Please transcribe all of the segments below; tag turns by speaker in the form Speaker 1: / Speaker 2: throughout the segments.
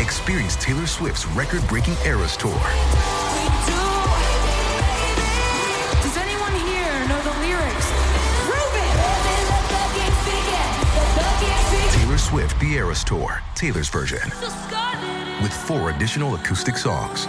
Speaker 1: Experience Taylor Swift's record-breaking Eras Tour.
Speaker 2: We do. Does anyone here know the lyrics? Ruben!
Speaker 1: Taylor Swift: The Eras Tour, Taylor's version, with four additional acoustic songs.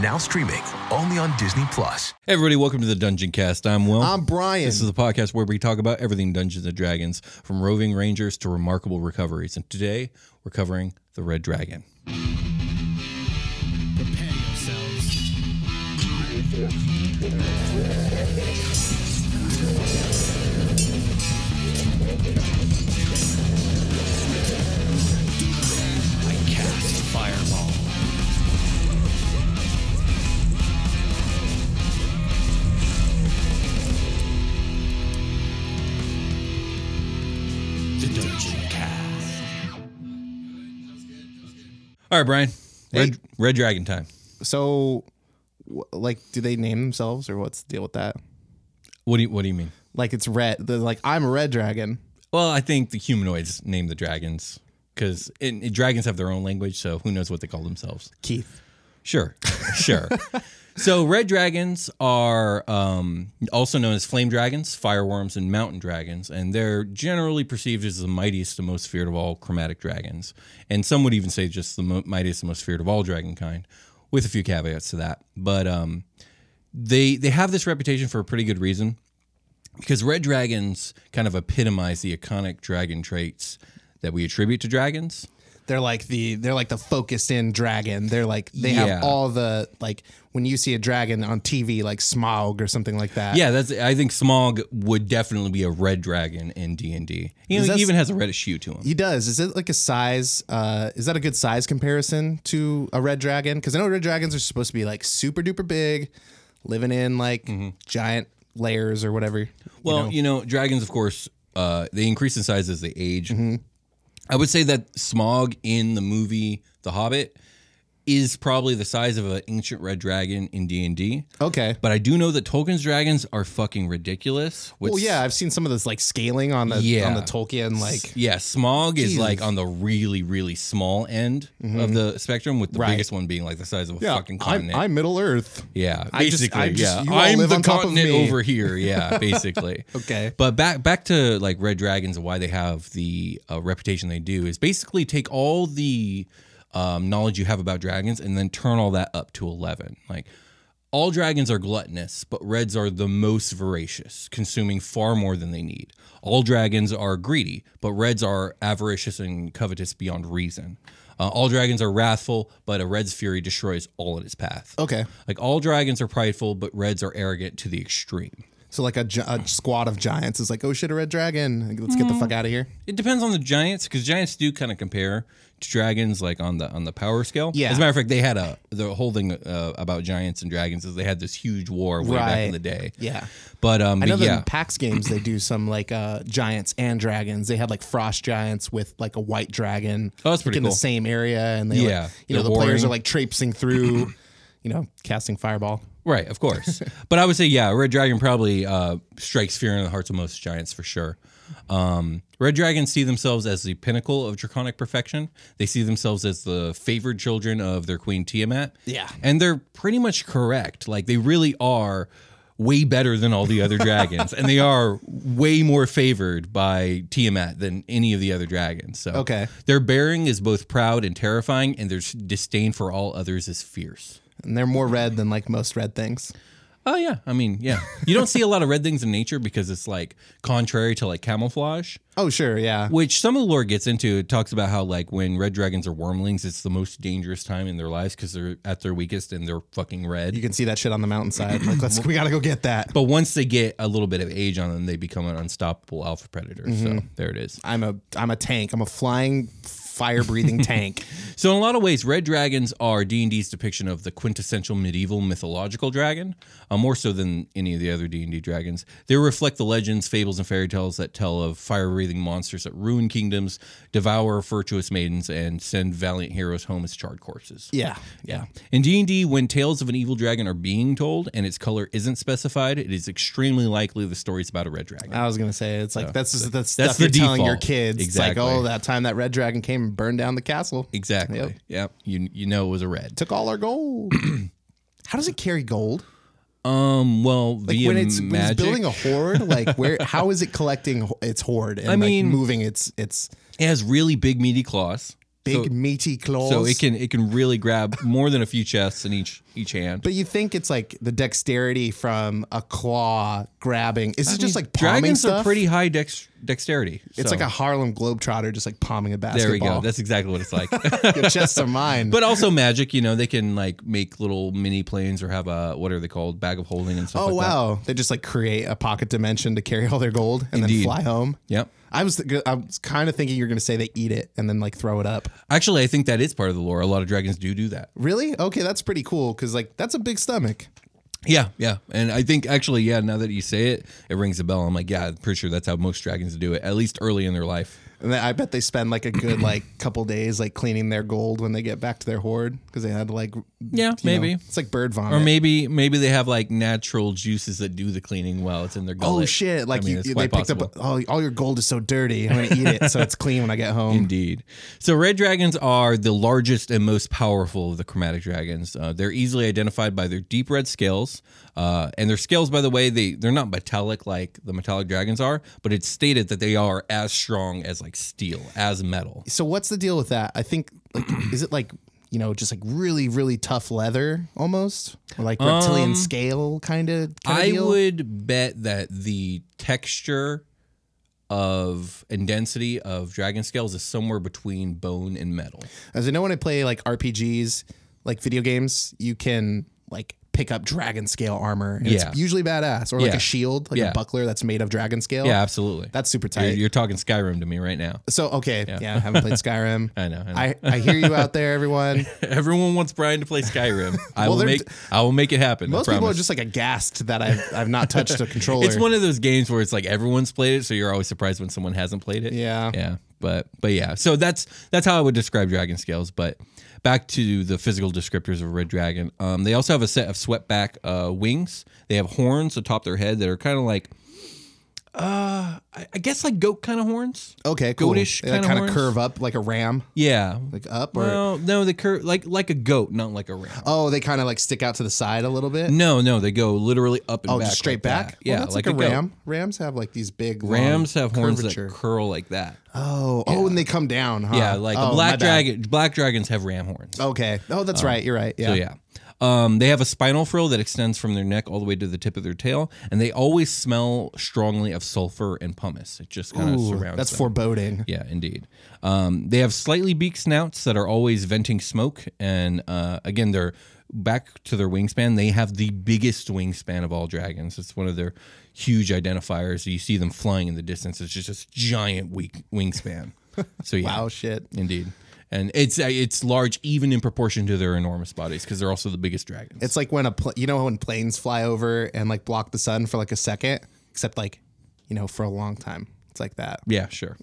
Speaker 1: Now streaming only on Disney Plus.
Speaker 3: Hey everybody, welcome to the Dungeon Cast. I'm Will.
Speaker 4: I'm Brian.
Speaker 3: This is the podcast where we talk about everything Dungeons and Dragons, from roving rangers to remarkable recoveries. And today we're covering the Red Dragon.
Speaker 5: Prepare yourselves. I cast fireball. The Dungeon Cast.
Speaker 3: All right, Brian. Red,
Speaker 4: Hey.
Speaker 3: Red Dragon time.
Speaker 4: So, wh- like, do they name themselves or what's the deal with that?
Speaker 3: What do you What do you mean?
Speaker 4: Like, it's red. They're like, I'm a red dragon.
Speaker 3: Well, I think the humanoids name the dragons because dragons have their own language, so who knows what they call themselves.
Speaker 4: Keith.
Speaker 3: Sure, sure. So red dragons are um, also known as flame dragons, fireworms, and mountain dragons, and they're generally perceived as the mightiest and most feared of all chromatic dragons. And some would even say just the mo- mightiest and most feared of all dragon kind, with a few caveats to that. But um, they they have this reputation for a pretty good reason, because red dragons kind of epitomize the iconic dragon traits that we attribute to dragons.
Speaker 4: They're like the they're like the focused in dragon. They're like they
Speaker 3: Yeah.
Speaker 4: have all the like when you see a dragon on TV like Smaug or something like that.
Speaker 3: Yeah, that's. I think Smog would definitely be a red dragon in D and D. You
Speaker 4: Is
Speaker 3: know,
Speaker 4: that-
Speaker 3: he even has a reddish hue to him.
Speaker 4: He does. Is it like a size? Uh, is that a good size comparison to a red dragon? Because I know red dragons are supposed to be like super duper big, living in like giant layers or whatever.
Speaker 3: well, you know, dragons, of course, uh, they increase in size as they age.
Speaker 4: Mm-hmm.
Speaker 3: I would say that Smog in the movie The Hobbit is probably the size of an ancient red dragon in D and D.
Speaker 4: Okay.
Speaker 3: But I do know that Tolkien's dragons are fucking ridiculous. Which,
Speaker 4: Well, Oh, yeah, I've seen some of this like scaling on the
Speaker 3: Yeah.
Speaker 4: on the Tolkien like
Speaker 3: Yeah, smog is
Speaker 4: Jesus. Mm-hmm.
Speaker 3: like on the really, really small end of the spectrum, with the
Speaker 4: Right.
Speaker 3: biggest one being like the size of a fucking continent.
Speaker 4: Middle Earth.
Speaker 3: Yeah,
Speaker 4: I just-
Speaker 3: basically,
Speaker 4: I just-
Speaker 3: yeah.
Speaker 4: you all
Speaker 3: I'm
Speaker 4: live
Speaker 3: the
Speaker 4: on top of
Speaker 3: continent
Speaker 4: me.
Speaker 3: over here. Yeah, basically.
Speaker 4: Okay.
Speaker 3: But back back to like Red Dragons and why they have the uh, reputation they do is basically take all the um, knowledge you have about dragons and then turn all that up to eleven. Like all dragons are gluttonous, but reds are the most voracious, consuming far more than they need. All dragons are greedy, but reds are avaricious and covetous beyond reason. Uh, all dragons are wrathful, but a red's fury destroys all in its path.
Speaker 4: Okay,
Speaker 3: Like all dragons are prideful, but reds are arrogant to the extreme.
Speaker 4: so like a, gi- a squad of giants is like, oh shit, a red dragon. Like, Let's get the fuck out of here.
Speaker 3: It depends on the giants, because giants do kind of compare to dragons, like on the on the power scale.
Speaker 4: Yeah.
Speaker 3: As a matter of fact, they had a the whole thing uh, about giants and dragons is they had this huge war way back in
Speaker 4: Right.
Speaker 3: the day.
Speaker 4: Yeah.
Speaker 3: But um,
Speaker 4: I know
Speaker 3: but
Speaker 4: that
Speaker 3: yeah,
Speaker 4: in PAX games they do some like uh, giants and dragons. They had like frost giants with like a white dragon.
Speaker 3: Oh, that's pretty
Speaker 4: in
Speaker 3: cool.
Speaker 4: the same area, and they
Speaker 3: Yeah,
Speaker 4: like, you know
Speaker 3: they're
Speaker 4: the players
Speaker 3: warring.
Speaker 4: are like traipsing through, you know, casting fireball.
Speaker 3: Right, of course. but I would say, yeah, Red Dragon probably uh, strikes fear in the hearts of most giants for sure. Um, Red Dragons see themselves as the pinnacle of draconic perfection. They see themselves as the favored children of their queen Tiamat.
Speaker 4: Yeah.
Speaker 3: And they're pretty much correct. Like, they really are way better than all the other dragons. And they are way more favored by Tiamat than any of the other dragons. So,
Speaker 4: Okay.
Speaker 3: Their bearing is both proud and terrifying, and their s- disdain for all others is fierce.
Speaker 4: And they're more red than like most red things.
Speaker 3: Oh yeah, I mean yeah. You don't see a lot of red things in nature because it's like contrary to like camouflage,
Speaker 4: Oh, sure. Yeah.
Speaker 3: which some of the lore gets into. It talks about how like when red dragons are wormlings, it's the most dangerous time in their lives because they're at their weakest and they're fucking red.
Speaker 4: You can see that shit on the mountainside. Like, let's, we got to go get that.
Speaker 3: but once they get a little bit of age on them, they become an unstoppable alpha predator. So there it is.
Speaker 4: I'm a, I'm a tank. I'm a flying, fire breathing tank.
Speaker 3: So in a lot of ways, red dragons are D and D's depiction of the quintessential medieval mythological dragon, uh, more so than any of the other D and D dragons. They reflect the legends, fables, and fairy tales that tell of fire-breathing monsters that ruin kingdoms, devour virtuous maidens, and send valiant heroes home as charred corpses.
Speaker 4: Yeah. Yeah.
Speaker 3: In D&D, when tales of an evil dragon are being told and its color isn't specified, it is extremely likely the story's about a red dragon.
Speaker 4: I was gonna say it's like that's just, that's,
Speaker 3: That's
Speaker 4: stuff
Speaker 3: the
Speaker 4: you're telling your
Speaker 3: default.
Speaker 4: kids.
Speaker 3: Exactly. E
Speaker 4: It's like oh that time that red dragon came and burned down the castle.
Speaker 3: exactly.
Speaker 4: Yep.
Speaker 3: Yep. You you know it was a red.
Speaker 4: Took all our gold. How does it carry gold?
Speaker 3: Um. Well,
Speaker 4: Like
Speaker 3: via
Speaker 4: when it's
Speaker 3: magic.
Speaker 4: when it's building a hoard, like where how is it collecting ho- its hoard and
Speaker 3: I mean-
Speaker 4: like moving its its
Speaker 3: It has really big meaty claws.
Speaker 4: big meaty claws?
Speaker 3: So it can it can really grab more than a few chests in each each hand.
Speaker 4: But you think it's like the dexterity from a claw grabbing? Is it just like palming
Speaker 3: dragons
Speaker 4: stuff?
Speaker 3: are pretty high dex, dexterity.
Speaker 4: It's
Speaker 3: so
Speaker 4: like a Harlem Globetrotter just like palming a basketball.
Speaker 3: there we go. That's exactly what it's like.
Speaker 4: your chests are mine.
Speaker 3: but also magic. You know, they can like make little mini planes or have a what are they called bag of holding and stuff.
Speaker 4: Oh
Speaker 3: like That.
Speaker 4: wow! They just like create a pocket dimension to carry all their gold and
Speaker 3: Indeed.
Speaker 4: then fly home.
Speaker 3: Yep.
Speaker 4: I was th- I was kind of thinking you're going to say they eat it and then like throw it up.
Speaker 3: Actually, I think that is part of the lore. A lot of dragons do do that.
Speaker 4: Really? Okay, that's pretty cool because like that's a big stomach.
Speaker 3: Yeah, yeah. And I think actually, yeah. Now that you say it, it rings a bell. I'm like, yeah, I'm pretty sure that's how most dragons do it, at least early in their life.
Speaker 4: And then I bet they spend like a good like couple days like cleaning their gold when they get back to their hoard because they had to like
Speaker 3: Yeah,
Speaker 4: you
Speaker 3: maybe.
Speaker 4: know, it's like bird vomit
Speaker 3: Or maybe maybe they have like natural juices that do the cleaning while it's in their
Speaker 4: oh
Speaker 3: gullet.
Speaker 4: shit like
Speaker 3: I mean,
Speaker 4: you,
Speaker 3: it's
Speaker 4: you- they
Speaker 3: quite
Speaker 4: picked up
Speaker 3: possible.
Speaker 4: oh all your gold is so dirty I'm gonna eat it so it's clean when I get home.
Speaker 3: Indeed. So red dragons are the largest and most powerful of the chromatic dragons. Uh, they're easily identified by their deep red scales, uh, and their scales, by the way, they they're not metallic like the metallic dragons are, but it's stated that they are as strong as like steel, as metal.
Speaker 4: So what's the deal with that? I think like, is it like you know just like really really tough leather almost or like reptilian scale kind of
Speaker 3: Um, I would bet that the texture of and density of dragon scales is somewhere between bone and metal.
Speaker 4: As I know, when I play like RPGs, like video games, you can like pick up dragon scale armor. And
Speaker 3: Yeah.
Speaker 4: It's usually badass, or like
Speaker 3: Yeah.
Speaker 4: a shield, like
Speaker 3: Yeah.
Speaker 4: a buckler that's made of dragon scale.
Speaker 3: Yeah, absolutely.
Speaker 4: that's super tight.
Speaker 3: you're, you're talking Skyrim to me right now.
Speaker 4: so okay, yeah. I haven't played Skyrim.
Speaker 3: I know, I know.
Speaker 4: I, I hear you out there, everyone.
Speaker 3: Everyone wants Brian to play Skyrim. I
Speaker 4: Well,
Speaker 3: will
Speaker 4: they're-
Speaker 3: make I will make it happen.
Speaker 4: Most
Speaker 3: I
Speaker 4: people are
Speaker 3: promise.
Speaker 4: just like aghast that I've I've not touched a controller.
Speaker 3: It's one of those games where it's like everyone's played it, so you're always surprised when someone hasn't played it.
Speaker 4: Yeah.
Speaker 3: yeah, but but yeah. So that's that's how I would describe dragon scales. But back to the physical descriptors of red dragon. Um, they also have a set of sweatback uh, wings. They have horns atop their head that are kind of like, uh, I, I guess like goat kind of horns.
Speaker 4: okay, cool.
Speaker 3: goatish
Speaker 4: They like,
Speaker 3: kinda
Speaker 4: kind
Speaker 3: horns.
Speaker 4: of curve up like a ram,
Speaker 3: Yeah.
Speaker 4: like up or.
Speaker 3: well, no, they cur- like like a goat, not like a ram.
Speaker 4: Oh, they kind of like stick out to the side a little bit.
Speaker 3: No, no, they go literally up and
Speaker 4: oh,
Speaker 3: Mm-hmm. back.
Speaker 4: just straight
Speaker 3: like that.
Speaker 4: back. Well,
Speaker 3: Yeah,
Speaker 4: that's like, a,
Speaker 3: goat.
Speaker 4: ram. Rams have like these big. long
Speaker 3: Rams have horns
Speaker 4: Um, curvature.
Speaker 3: that curl like that.
Speaker 4: Oh, oh, and they come down, huh?
Speaker 3: yeah, like
Speaker 4: Oh,
Speaker 3: a
Speaker 4: my
Speaker 3: black
Speaker 4: bad.
Speaker 3: dragon. Black dragons have ram horns.
Speaker 4: Okay. Oh, that's right. You're right. Yeah.
Speaker 3: So yeah. Um, they have a spinal frill that extends from their neck all the way to the tip of their tail, and they always smell strongly of sulfur and pumice. It just kind of
Speaker 4: Ooh,
Speaker 3: surrounds.
Speaker 4: that's
Speaker 3: them.
Speaker 4: foreboding.
Speaker 3: Yeah, indeed. Um, they have slightly beaked snouts that are always venting smoke, and uh, again, they're back to their wingspan. They have the biggest wingspan of all dragons. It's one of their huge identifiers. You see them flying in the distance. It's just this giant weak wingspan. So yeah,
Speaker 4: Wow, shit.
Speaker 3: indeed. And it's uh, it's large even in proportion to their enormous bodies because they're also the biggest dragons.
Speaker 4: It's like when a pl- you know when planes fly over and like block the sun for like a second, except like you know for a long time. It's like that.
Speaker 3: Yeah, sure.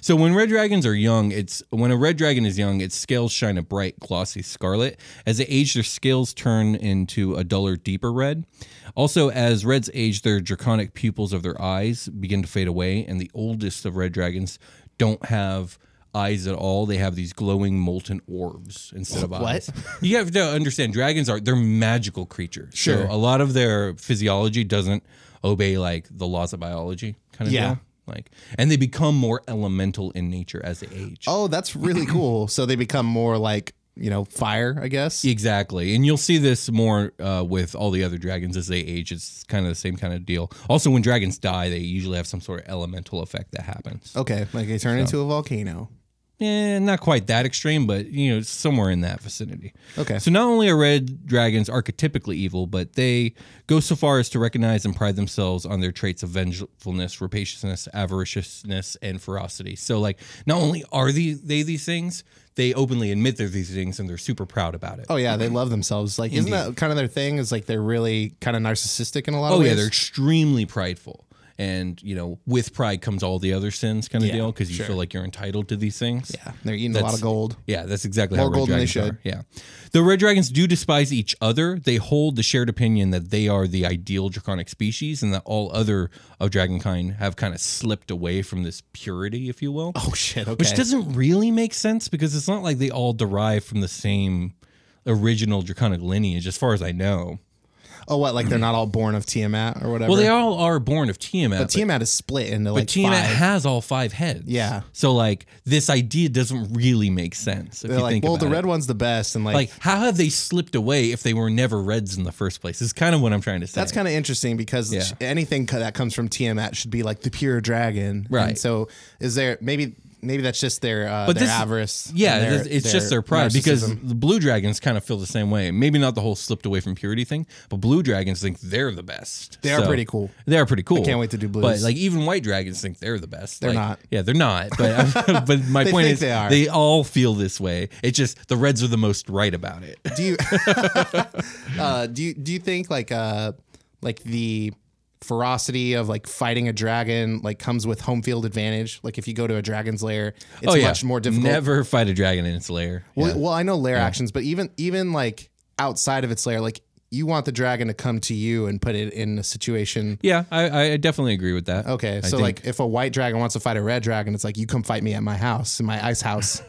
Speaker 3: so when red dragons are young, it's when a red dragon is young, its scales shine a bright, glossy scarlet. As they age, their scales turn into a duller, deeper red. Also, as reds age, their draconic pupils of their eyes begin to fade away, and the oldest of red dragons don't have eyes at all. They have these glowing molten orbs instead of
Speaker 4: What?
Speaker 3: eyes. You have to understand dragons are they're magical creatures.
Speaker 4: Sure.
Speaker 3: So a lot of their physiology doesn't obey like the laws of biology kind of
Speaker 4: Yeah.
Speaker 3: deal. Like, and they become more elemental in nature as they age.
Speaker 4: Oh, that's really cool. So they become more like, you know, fire, I guess.
Speaker 3: Exactly. And you'll see this more uh, with all the other dragons as they age. It's kind of the same kind of deal. Also, when dragons die, they usually have some sort of elemental effect that happens.
Speaker 4: Okay, like they turn into a volcano.
Speaker 3: Eh, not quite that extreme, but you know, it's somewhere in that vicinity.
Speaker 4: Okay.
Speaker 3: So not only are red dragons archetypically evil, but they go so far as to recognize and pride themselves on their traits of vengefulness, rapaciousness, avariciousness, and ferocity. So like, not only are these they these things, they openly admit they're these things, and they're super proud about it.
Speaker 4: Oh yeah, they love themselves. Like, isn't that kind of their thing? Is like they're really kind of narcissistic in a lot of
Speaker 3: Oh
Speaker 4: ways.
Speaker 3: yeah, they're extremely prideful, and you know, with pride comes all the other sins, kind of
Speaker 4: Yeah,
Speaker 3: deal, because you feel like you're entitled to these things.
Speaker 4: yeah, they're eating a lot
Speaker 3: That's-
Speaker 4: of gold.
Speaker 3: Yeah, that's exactly
Speaker 4: More
Speaker 3: how red
Speaker 4: gold than they
Speaker 3: dragons are. Yeah, the red dragons do despise each other. They hold the shared opinion that they are the ideal draconic species, and that all other of dragonkind have kind of slipped away from this purity, if you will.
Speaker 4: Oh shit. Okay.
Speaker 3: Which doesn't really make sense because it's not like they all derive from the same original draconic lineage, as far as I know.
Speaker 4: oh what? Like they're not all born of Tiamat or whatever.
Speaker 3: Well, they all are born of Tiamat.
Speaker 4: But Tiamat is split into
Speaker 3: But
Speaker 4: like
Speaker 3: Tiamat
Speaker 4: five.
Speaker 3: has all five heads.
Speaker 4: Yeah.
Speaker 3: So like this idea doesn't really make sense if
Speaker 4: they're
Speaker 3: you
Speaker 4: like,
Speaker 3: think
Speaker 4: well,
Speaker 3: about
Speaker 4: the
Speaker 3: it.
Speaker 4: red one's the best, and like,
Speaker 3: Like how have they slipped away if they were never reds in the first place? Is kind of what I'm trying to say.
Speaker 4: that's kind of interesting because
Speaker 3: Yeah.
Speaker 4: sh- anything co- that comes from Tiamat should be like the pure dragon, And
Speaker 3: Right.
Speaker 4: so is there maybe maybe that's just their uh,
Speaker 3: But
Speaker 4: their
Speaker 3: this-
Speaker 4: avarice? and
Speaker 3: Yeah,
Speaker 4: their-
Speaker 3: it's- it's just their pride because
Speaker 4: narcissism.
Speaker 3: the blue dragons kind of feel the same way. Maybe not the whole slipped away from purity thing, but blue dragons think they're the best.
Speaker 4: They are pretty cool.
Speaker 3: They are pretty cool.
Speaker 4: can't wait to do blues.
Speaker 3: But like even white dragons think they're the best. They're
Speaker 4: not.
Speaker 3: Yeah, they're not. But but my
Speaker 4: They
Speaker 3: point
Speaker 4: think
Speaker 3: is
Speaker 4: they are.
Speaker 3: all feel this way. It's just the reds are the most right about it.
Speaker 4: do you uh, do you do you think like uh like the ferocity of like fighting a dragon like comes with home field advantage? Like if you go to a dragon's lair, it's much more difficult.
Speaker 3: Oh, Never fight a dragon in its lair.
Speaker 4: Well,
Speaker 3: Yeah.
Speaker 4: well, I know lair actions, but even even like outside of its lair, like you want the dragon to come to you and put it in a situation.
Speaker 3: Yeah, I, I definitely agree with that.
Speaker 4: Okay,
Speaker 3: I
Speaker 4: so
Speaker 3: think-
Speaker 4: like if a white dragon wants to fight a red dragon, it's like you come fight me at my house, in my ice house.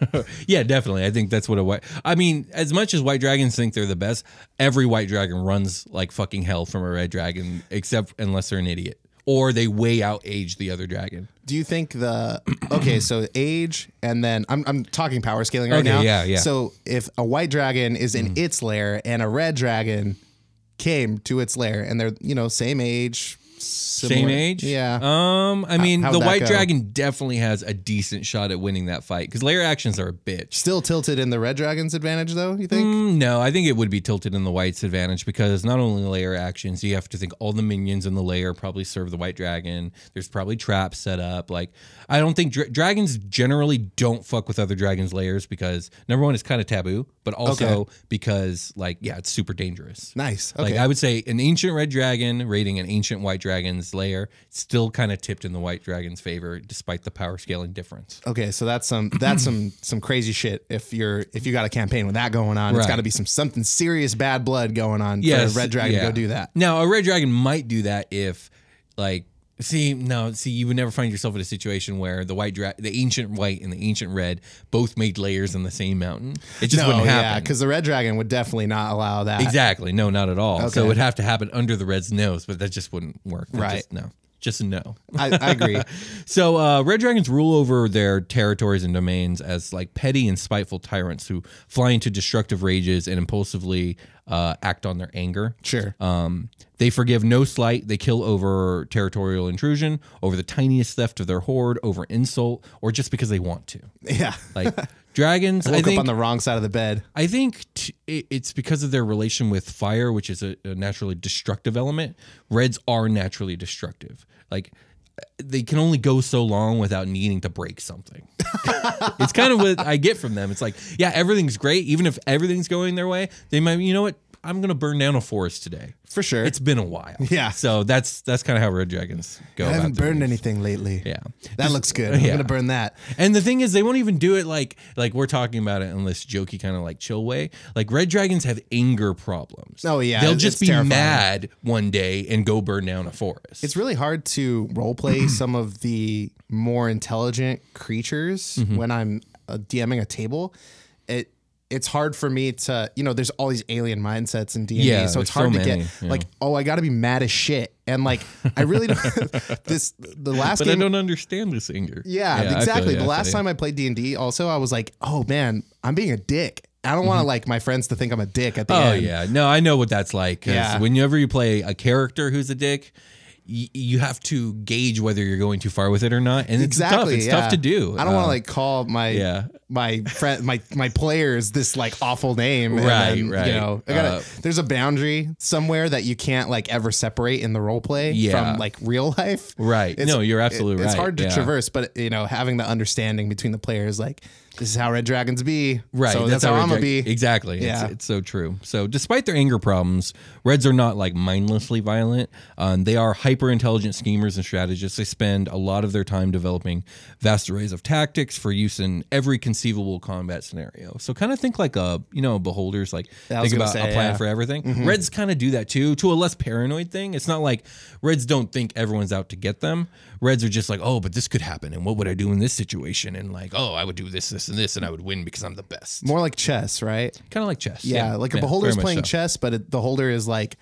Speaker 3: yeah, definitely. I think that's what a white. I mean, as much as white dragons think they're the best, every white dragon runs like fucking hell from a red dragon, except unless they're an idiot or they way outage the other dragon.
Speaker 4: Do you think the okay? So age, and then I'm I'm talking power scaling right
Speaker 3: Okay,
Speaker 4: now.
Speaker 3: yeah, Mm-hmm. yeah.
Speaker 4: So if a white dragon is in its lair and a red dragon came to its lair, and they're you know same age, similar,
Speaker 3: Same age.
Speaker 4: yeah.
Speaker 3: Um, I mean,
Speaker 4: how'd
Speaker 3: the
Speaker 4: that
Speaker 3: white
Speaker 4: go?
Speaker 3: dragon definitely has a decent shot at winning that fight because layer actions are a bitch.
Speaker 4: Still tilted in the red dragon's advantage, though. You think?
Speaker 3: Mm, No, I think it would be tilted in the white's advantage because not only layer actions, you have to think all the minions in the layer probably serve the white dragon. There's probably traps set up. Like, I don't think dra- dragons generally don't fuck with other dragons' layers because number one, it's kind of taboo, but also because, like, yeah, it's super dangerous.
Speaker 4: Nice. Okay.
Speaker 3: Like, I would say an ancient red dragon raiding an ancient white dragon's lair still kind of tipped in the white dragon's favor despite the power scaling difference.
Speaker 4: Okay, so that's some that's some some crazy shit. If you're if you got a campaign with that going on, it's
Speaker 3: Right.
Speaker 4: got to be some something serious bad blood going on
Speaker 3: yes,
Speaker 4: for a red dragon to
Speaker 3: yeah.
Speaker 4: go do that.
Speaker 3: Now, a red dragon might do that if, like, see, no, see, you would never find yourself in a situation where the white dra- the ancient white and the ancient red both made layers in the same mountain. It just wouldn't happen.
Speaker 4: because the red dragon would definitely not allow that.
Speaker 3: exactly, no, not at all. So
Speaker 4: Okay.
Speaker 3: it would have to happen under the red's nose, but that just wouldn't work. That
Speaker 4: Right.
Speaker 3: Just, no. Just a no.
Speaker 4: I, I agree.
Speaker 3: So uh, red dragons rule over their territories and domains as like petty and spiteful tyrants who fly into destructive rages and impulsively uh, act on their anger.
Speaker 4: Sure.
Speaker 3: Um, they forgive no slight. They kill over territorial intrusion, over the tiniest theft of their horde, over insult, or just because they want to.
Speaker 4: yeah.
Speaker 3: Like dragons, I
Speaker 4: Woke
Speaker 3: think.
Speaker 4: up on the wrong side of the bed.
Speaker 3: I think t- it- it's because of their relation with fire, which is a, a naturally destructive element. Reds are naturally destructive. Like they can only go so long without needing to break something. it's kind of what I get from them. It's like, yeah, everything's great, even if everything's going their way. They might, you know what? I'm gonna burn down a forest today.
Speaker 4: For sure.
Speaker 3: It's been a while.
Speaker 4: Yeah.
Speaker 3: So that's that's kind of how red dragons go.
Speaker 4: I haven't
Speaker 3: about their
Speaker 4: burned
Speaker 3: moves.
Speaker 4: anything lately.
Speaker 3: Yeah.
Speaker 4: That looks good. I'm
Speaker 3: Yeah.
Speaker 4: going to burn that.
Speaker 3: And the thing is, they won't even do it like like we're talking about it in this jokey kind of like chill way. Like red dragons have anger problems.
Speaker 4: Oh, yeah.
Speaker 3: they'll
Speaker 4: It's
Speaker 3: just be
Speaker 4: terrifying.
Speaker 3: mad one day and go burn down a forest.
Speaker 4: It's really hard to roleplay some of the more intelligent creatures
Speaker 3: Mm-hmm.
Speaker 4: when I'm uh, DMing a table. It it's hard for me to you know. There's all these alien mindsets in D and
Speaker 3: Yeah,
Speaker 4: D, so
Speaker 3: there's
Speaker 4: it's hard
Speaker 3: so
Speaker 4: to
Speaker 3: many,
Speaker 4: get
Speaker 3: yeah.
Speaker 4: like, oh, I got to be mad as shit, and like I really don't. this the last
Speaker 3: but I
Speaker 4: game
Speaker 3: don't understand this anger.
Speaker 4: Yeah,
Speaker 3: I feel
Speaker 4: exactly.
Speaker 3: you, I
Speaker 4: the
Speaker 3: feel
Speaker 4: last
Speaker 3: you.
Speaker 4: time I played D and D, also I was like, oh man, I'm being a dick. I don't want to like my friends to think I'm a dick at the
Speaker 3: Mm-hmm. Oh
Speaker 4: end.
Speaker 3: yeah, no, I know what that's like. 'cause
Speaker 4: Yeah.
Speaker 3: Whenever you play a character who's a dick, y- you have to gauge whether you're going too far with it or not, and it's
Speaker 4: exactly.
Speaker 3: tough. It's
Speaker 4: yeah.
Speaker 3: tough to do.
Speaker 4: I don't want
Speaker 3: Uh,
Speaker 4: to like call my
Speaker 3: yeah.
Speaker 4: my friend my my players this like awful name. and
Speaker 3: Right,
Speaker 4: then,
Speaker 3: right.
Speaker 4: You know, I gotta.
Speaker 3: Uh,
Speaker 4: there's a boundary somewhere that you can't like ever separate in the role play
Speaker 3: Yeah.
Speaker 4: from like real life.
Speaker 3: Right. No, you're absolutely
Speaker 4: It's
Speaker 3: right.
Speaker 4: hard to
Speaker 3: Yeah.
Speaker 4: traverse, but you know, having the understanding between the players, like this is how red dragons be.
Speaker 3: Right.
Speaker 4: So that's, how
Speaker 3: red
Speaker 4: I'm gonna be.
Speaker 3: drag- Exactly.
Speaker 4: Yeah.
Speaker 3: It's, it's so true. So, despite their anger problems, Reds are not like mindlessly violent. Um, they are hyper intelligent schemers and strategists. They spend a lot of their time developing vast arrays of tactics for use in every conceivable combat scenario. So, kind of think like a, you know, beholders, like
Speaker 4: I was
Speaker 3: think about
Speaker 4: gonna
Speaker 3: a
Speaker 4: say,
Speaker 3: plan
Speaker 4: yeah.
Speaker 3: for everything.
Speaker 4: Mm-hmm.
Speaker 3: Reds kind of do that too, to a less paranoid thing. It's not like Reds don't think everyone's out to get them. Reds are just like, oh, but this could happen. And what would I do in this situation? And like, oh, I would do this, this, and this, and I would win because I'm the best
Speaker 4: More like chess, right?
Speaker 3: kind of like chess.
Speaker 4: Yeah, like a
Speaker 3: very
Speaker 4: beholder's
Speaker 3: much
Speaker 4: playing
Speaker 3: so.
Speaker 4: chess, but it, the holder is like,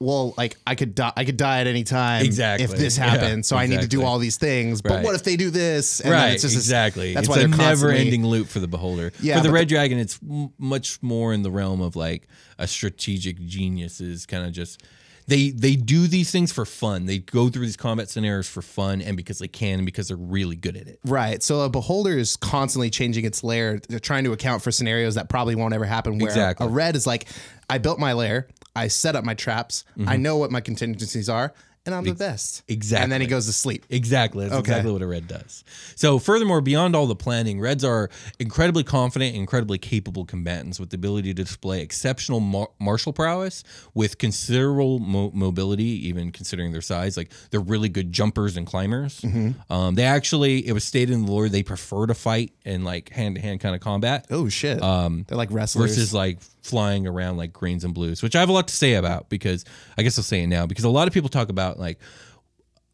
Speaker 4: well, like I could die, I could die at any time.
Speaker 3: Exactly.
Speaker 4: If this
Speaker 3: Yeah,
Speaker 4: happens, so I need to do
Speaker 3: exactly.
Speaker 4: all these things. But
Speaker 3: Right.
Speaker 4: what if they do this? And then
Speaker 3: Right,
Speaker 4: it's just this-
Speaker 3: exactly. it's
Speaker 4: That's why
Speaker 3: a
Speaker 4: they're constantly-
Speaker 3: never-ending loop for the beholder.
Speaker 4: Yeah,
Speaker 3: for the
Speaker 4: but
Speaker 3: red dragon, it's m- much more in the realm of like a strategic genius is kind of just they they do these things for fun. They go through these combat scenarios for fun and because they can and because they're really good at it.
Speaker 4: Right. So a beholder is constantly changing its lair, They're trying to account for scenarios that probably won't ever happen. Where
Speaker 3: Exactly.
Speaker 4: a red is like, I built my lair, I set up my traps, I
Speaker 3: Mm-hmm.
Speaker 4: know what my contingencies are, and I'm the best. And then
Speaker 3: exactly.
Speaker 4: he goes to sleep.
Speaker 3: Exactly. That's
Speaker 4: Okay.
Speaker 3: exactly what a red does. So, furthermore, beyond all the planning, reds are incredibly confident, and incredibly capable combatants with the ability to display exceptional mar- martial prowess with considerable mo- mobility, even considering their size. Like, they're really good jumpers and climbers. Um, they actually, it was stated in the lore, they prefer to fight in like hand to hand kind of combat
Speaker 4: Oh shit. Um, They're like wrestlers.
Speaker 3: versus like flying around like greens and blues, which I have a lot to say about because I guess I'll say it now because a lot of people talk about like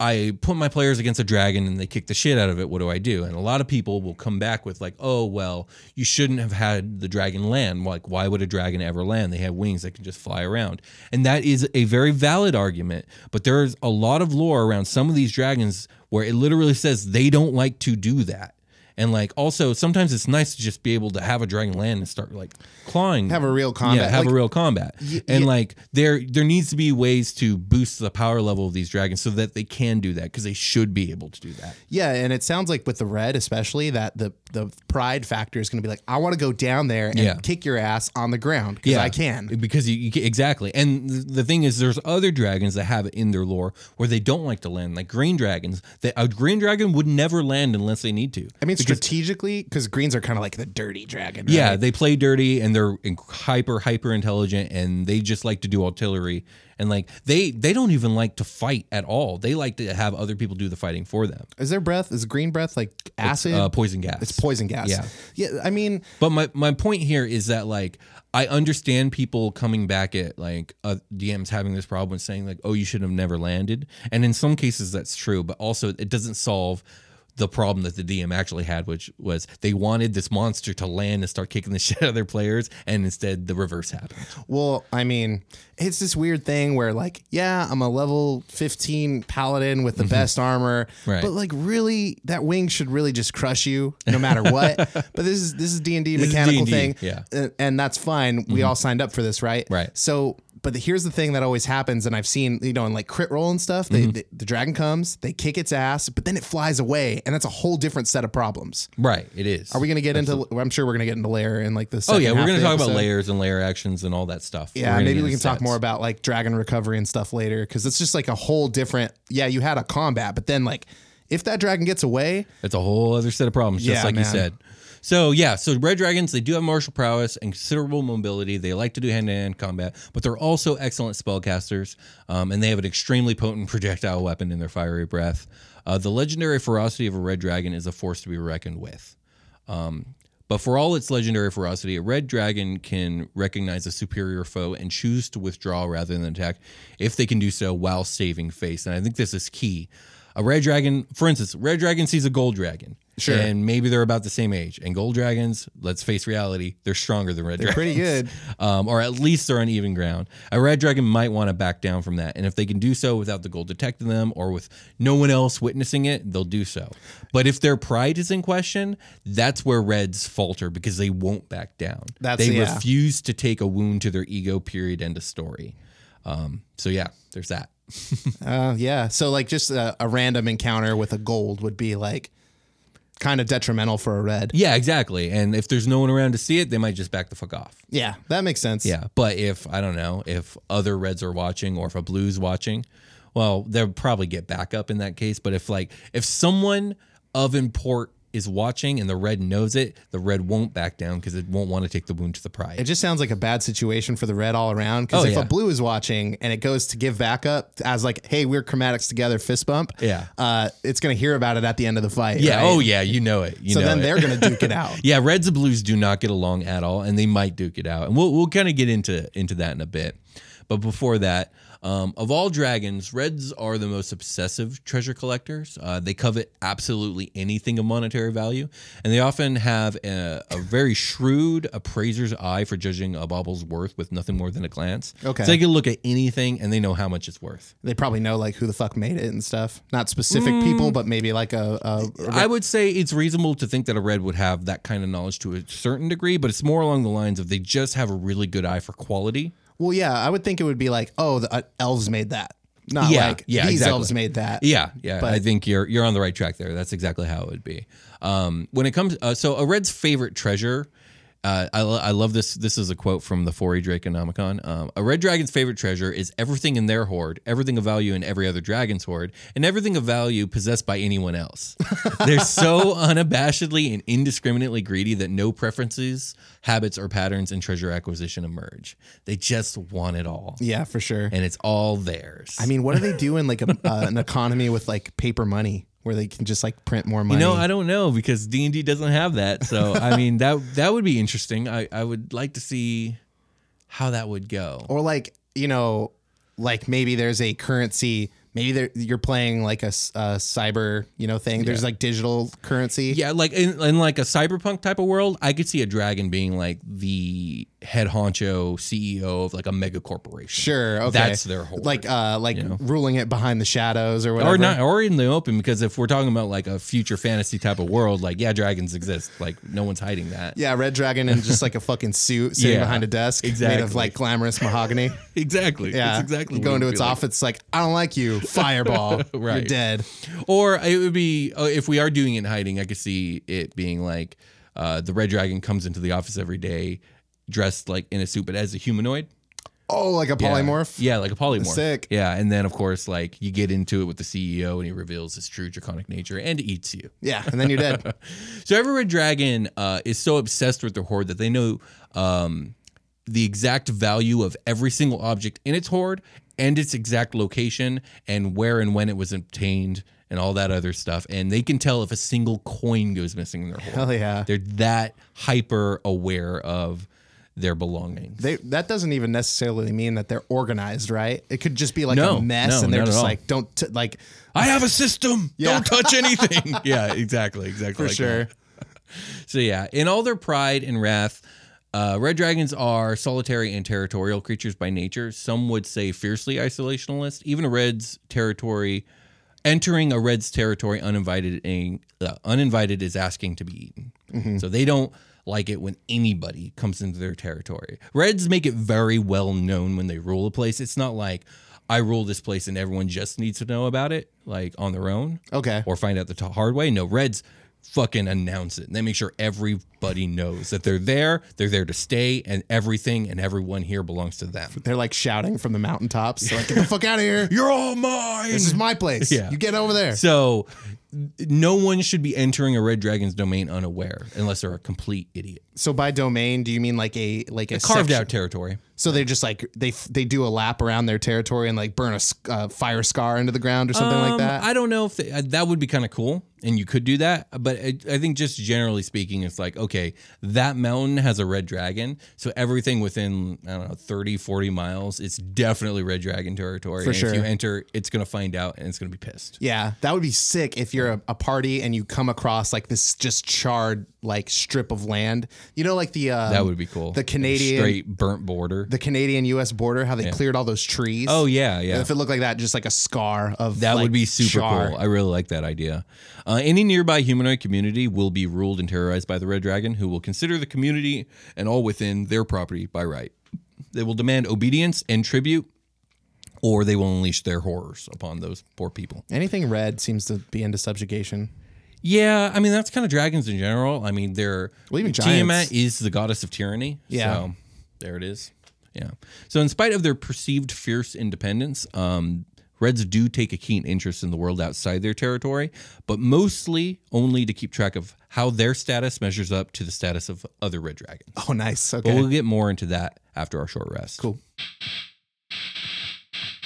Speaker 3: I put my players against a dragon and they kick the shit out of it. What do I do? And a lot of people will come back with like, oh well, you shouldn't have had the dragon land. Like, why would a dragon ever land? They have wings that can just fly around, and that is a very valid argument. But there's a lot of lore around some of these dragons where it literally says they don't like to do that. And like also sometimes it's nice to just be able to have a dragon land and start like clawing.
Speaker 4: Have a real combat.
Speaker 3: Yeah, have a
Speaker 4: Like-
Speaker 3: real combat. and like there there needs to be ways to boost the power level of these dragons so that they can do that because they should be able to do that.
Speaker 4: Yeah, and it sounds like with the red, especially that the the pride factor is going to be like, I want to go down there and
Speaker 3: Yeah.
Speaker 4: kick your ass on the ground because I can.
Speaker 3: Because you, you ca- exactly. And th- the thing is there's other dragons that have it in their lore where they don't like to land like green dragons. That a green dragon would never land unless they need to.
Speaker 4: I mean, strategically, because greens are kind of like the dirty dragon. right?
Speaker 3: Yeah, they play dirty and they're in- hyper hyper intelligent and they just like to do artillery and like they they don't even like to fight at all. They like to have other people do the fighting for them.
Speaker 4: Is their breath is green breath like acid?
Speaker 3: Uh, poison gas.
Speaker 4: It's poison gas.
Speaker 3: Yeah.
Speaker 4: Yeah. I mean,
Speaker 3: But my my point here is that like I understand people coming back at like uh, DMs having this problem and saying like oh you should have never landed and in some cases that's true but also it doesn't solve the problem that the DM actually had which was they wanted this monster to land and start kicking the shit out of their players and instead the reverse happened.
Speaker 4: well, I mean, it's this weird thing where like, yeah, I'm a level 15 paladin with the best armor,
Speaker 3: Mm-hmm. Right.
Speaker 4: but like, really, that wing should really just crush you no matter what. but this is this is D and D
Speaker 3: is
Speaker 4: mechanical
Speaker 3: D&D,
Speaker 4: thing,
Speaker 3: yeah. Mm-hmm.
Speaker 4: and, and that's fine. We all signed up for this, right?
Speaker 3: Right.
Speaker 4: So, but the, here's the thing that always happens, and I've seen, you know, in like crit roll and stuff,
Speaker 3: Mm-hmm.
Speaker 4: they, the, the dragon comes, they kick its ass, but then it flies away, and that's a whole different set of problems.
Speaker 3: Right, it is.
Speaker 4: Are we gonna get into? I'm sure we're gonna get into layer in like the.
Speaker 3: Oh
Speaker 4: Second
Speaker 3: yeah, we're
Speaker 4: half of
Speaker 3: gonna
Speaker 4: the
Speaker 3: talk about
Speaker 4: episode.
Speaker 3: layers and layer actions and all that stuff. We're
Speaker 4: Yeah,
Speaker 3: gonna
Speaker 4: maybe
Speaker 3: get
Speaker 4: we can
Speaker 3: into
Speaker 4: talk
Speaker 3: stats.
Speaker 4: more about like dragon recovery and stuff later because it's just like a whole different. Yeah, you had a combat, but then like if that dragon gets away,
Speaker 3: It's a whole other set of problems, just
Speaker 4: Yeah,
Speaker 3: like you
Speaker 4: man.
Speaker 3: said. So yeah, so red dragons they do have martial prowess and considerable mobility. They like to do hand-to-hand combat, but they're also excellent spellcasters, um, and they have an extremely potent projectile weapon in their fiery breath. Uh, the legendary ferocity of a red dragon is a force to be reckoned with. But for all its legendary ferocity, a red dragon can recognize a superior foe and choose to withdraw rather than attack if they can do so while saving face. And I think this is key. A red dragon, for instance, red dragon sees a gold dragon.
Speaker 4: Sure.
Speaker 3: And maybe they're about the same age. And gold dragons, let's face reality, they're stronger than red dragons.
Speaker 4: pretty good.
Speaker 3: Um, or at least they're on even ground. A red dragon might want to back down from that. And if they can do so without the gold detecting them or with no one else witnessing it, they'll do so. But if their pride is in question, that's where reds falter because they won't back down.
Speaker 4: That's-
Speaker 3: they
Speaker 4: yeah.
Speaker 3: refuse to take a wound to their ego, period, end of story. Um, so, yeah, there's that.
Speaker 4: Uh, yeah. So like just a, a random encounter with a gold would be like kind of detrimental for a red.
Speaker 3: Yeah, exactly. And if there's no one around to see it, they might just back the fuck off.
Speaker 4: Yeah, that makes sense.
Speaker 3: Yeah, but if I don't know if other Reds are watching or if a Blue's watching, well, they'll probably get back up in that case. But if like if someone of import is watching and the Red knows it, the Red won't back down because it won't want to take the wound to the pride.
Speaker 4: It just sounds like a bad situation for the red all around. Because
Speaker 3: Oh,
Speaker 4: if
Speaker 3: yeah.
Speaker 4: a blue is watching and it goes to give back up as like, hey, we're chromatics together, fist bump.
Speaker 3: Yeah.
Speaker 4: Uh, it's gonna hear about it at the end of the fight.
Speaker 3: yeah.
Speaker 4: right?
Speaker 3: Oh yeah, you know it. You
Speaker 4: So
Speaker 3: know
Speaker 4: then
Speaker 3: it.
Speaker 4: they're gonna duke it out.
Speaker 3: Yeah, Reds and Blues do not get along at all, and they might duke it out, and we'll we'll kind of get into into that in a bit. But before that, um, of all dragons, Reds are the most obsessive treasure collectors. Uh, they covet absolutely anything of monetary value, and they often have a, a very shrewd appraiser's eye for judging a bobble's worth with nothing more than a glance.
Speaker 4: Okay.
Speaker 3: so they can look at anything and they know how much it's worth.
Speaker 4: They probably know like who the fuck made it and stuff. Not specific
Speaker 3: Mm.
Speaker 4: people, but maybe like a, a
Speaker 3: I would say it's reasonable to think that a red would have that kind of knowledge to a certain degree, but it's more along the lines of they just have a really good eye for quality.
Speaker 4: well, yeah. I would think it would be like, oh, the uh, elves made that. Not
Speaker 3: Yeah,
Speaker 4: like
Speaker 3: yeah,
Speaker 4: these
Speaker 3: exactly.
Speaker 4: elves made that.
Speaker 3: Yeah, yeah.
Speaker 4: But-
Speaker 3: I think you're you're on the right track there. That's exactly how it would be. Um, when it comes, uh, so a red's favorite treasure. Uh, I, lo- I love this. This is a quote from the E 4-H Draconomicon. Um, a red dragon's favorite treasure is everything in their hoard, everything of value in every other dragon's hoard, and everything of value possessed by anyone else. They're so unabashedly and indiscriminately greedy that no preferences, habits, or patterns in treasure acquisition emerge. They just want it all,
Speaker 4: Yeah, for sure.
Speaker 3: and it's all theirs.
Speaker 4: I mean, what do they do in like a, uh, an economy with like paper money where they can just like print more money?
Speaker 3: You know, I don't know because D and D doesn't have that. So I mean that that would be interesting. I, I would like to see how that would go.
Speaker 4: or like you know, like maybe there's a currency. Maybe there- you're playing like a, s- a cyber, you know, thing. There's like digital currency.
Speaker 3: Yeah, like in, in like a cyberpunk type of world, I could see a dragon being like the head honcho CEO of like a mega corporation.
Speaker 4: Sure. Okay.
Speaker 3: That's their whole
Speaker 4: Like, uh, like ruling it behind the shadows or whatever.
Speaker 3: or not or in the open because if we're talking about like a future fantasy type of world, like yeah, dragons exist. Like no one's hiding that.
Speaker 4: Yeah, Red Dragon in just like a fucking suit sitting
Speaker 3: Yeah,
Speaker 4: behind a desk made
Speaker 3: exactly.
Speaker 4: of like glamorous mahogany.
Speaker 3: exactly.
Speaker 4: Yeah,
Speaker 3: That's exactly.
Speaker 4: You
Speaker 3: what
Speaker 4: go
Speaker 3: it
Speaker 4: into
Speaker 3: would
Speaker 4: its
Speaker 3: be like.
Speaker 4: office, like I don't like you, fireball. You're
Speaker 3: Right.
Speaker 4: dead.
Speaker 3: Or it would be uh, if we are doing it in hiding, I could see it being like uh, the red dragon comes into the office every day dressed like in a suit, but as a humanoid.
Speaker 4: Oh, like a
Speaker 3: Yeah.
Speaker 4: polymorph.
Speaker 3: Yeah, like a polymorph.
Speaker 4: Sick.
Speaker 3: Yeah, and then of course, like you get into it with the CEO, and he reveals his true draconic nature and eats you.
Speaker 4: Yeah, and then you're dead.
Speaker 3: So every red dragon uh, is so obsessed with their hoard that they know um, the exact value of every single object in its hoard and its exact location and where and when it was obtained and all that other stuff. And they can tell if a single coin goes missing in their hoard.
Speaker 4: Hell yeah.
Speaker 3: They're that hyper aware of their belongings.
Speaker 4: They, that doesn't even necessarily mean that they're organized, right? It could just be like
Speaker 3: No,
Speaker 4: a mess,
Speaker 3: no,
Speaker 4: and they're
Speaker 3: not at
Speaker 4: just
Speaker 3: all.
Speaker 4: like, don't t- like
Speaker 3: I have a system.
Speaker 4: Yeah.
Speaker 3: Don't touch anything. yeah, exactly. Exactly.
Speaker 4: for
Speaker 3: like that.
Speaker 4: sure.
Speaker 3: So yeah, in all their pride and wrath, uh, red dragons are solitary and territorial creatures by nature. Some would say fiercely isolationalist. Even a red's territory, entering a red's territory uninvited, uh, uninvited is asking to be eaten. So they don't like it when anybody comes into their territory. Reds make it very well known when they rule a place. It's not like I rule this place and everyone just needs to know about it, like on their own
Speaker 4: Okay.
Speaker 3: or find out the t- hard way. No, Reds fucking announce it. And they make sure everybody knows that they're there, they're there to stay, and everything and everyone here belongs to them.
Speaker 4: They're like shouting from the mountaintops, like, get the fuck out of here.
Speaker 3: You're all mine.
Speaker 4: This is my place.
Speaker 3: Yeah.
Speaker 4: You get over there.
Speaker 3: So no one should be entering a red dragon's domain unaware unless they're a complete idiot.
Speaker 4: So by domain, do you mean like a like a
Speaker 3: Carved
Speaker 4: section-
Speaker 3: out territory.
Speaker 4: So they're just like they they do a lap around their territory and like burn a s- uh, fire scar into the ground or something like
Speaker 3: Um,
Speaker 4: that.
Speaker 3: I don't know if they, uh, that would be kind of cool, and you could do that. But I, I think just generally speaking, it's like okay, that mountain has a red dragon, so everything within I don't know 30, 40 miles, it's definitely red dragon territory.
Speaker 4: For
Speaker 3: and If you
Speaker 4: sure.
Speaker 3: enter, it's gonna find out, and it's gonna be pissed.
Speaker 4: yeah, that would be sick if you're a, a party and you come across like this just charred like strip of land. You know, like the um,
Speaker 3: That would be cool.
Speaker 4: The Canadian
Speaker 3: straight burnt border.
Speaker 4: the Canadian U.S. border, how they cleared all those trees.
Speaker 3: oh yeah, yeah.
Speaker 4: If it looked like that, just like a scar of
Speaker 3: That
Speaker 4: like,
Speaker 3: would be super
Speaker 4: char.
Speaker 3: cool. I really like that idea. Uh, any nearby humanoid community will be ruled and terrorized by the Red Dragon, who will consider the community and all within their property by right. They will demand obedience and tribute, or they will unleash their horrors upon those poor people.
Speaker 4: Anything red seems to be into subjugation.
Speaker 3: Yeah, I mean that's kind of dragons in general. I mean they're
Speaker 4: Well, even
Speaker 3: Tiamat
Speaker 4: giants.
Speaker 3: is the goddess of tyranny.
Speaker 4: Yeah.
Speaker 3: so there it is. Yeah. So in spite of their perceived fierce independence, um, Reds do take a keen interest in the world outside their territory, but mostly only to keep track of how their status measures up to the status of other red dragons.
Speaker 4: Oh, nice. Okay.
Speaker 3: But we'll get more into that after our short rest.
Speaker 4: Cool.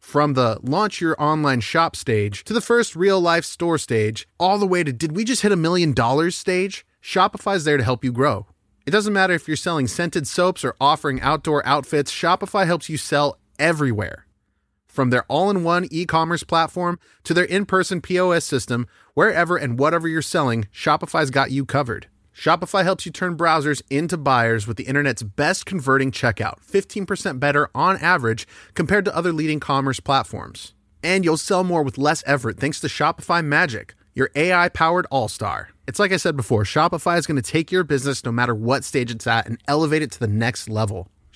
Speaker 6: From the launch your online shop stage to the first real life store stage, all the way to did we just hit a million dollars stage? Shopify's there to help you grow. It doesn't matter if you're selling scented soaps or offering outdoor outfits, Shopify helps you sell everywhere. From their all in one e commerce platform to their in person POS system, wherever and whatever you're selling, Shopify's got you covered. Shopify helps you turn browsers into buyers with the internet's best converting checkout, 15% better on average compared to other leading commerce platforms. And you'll sell more with less effort thanks to Shopify Magic, your AI powered all star. It's like I said before Shopify is going to take your business no matter what stage it's at and elevate it to the next level.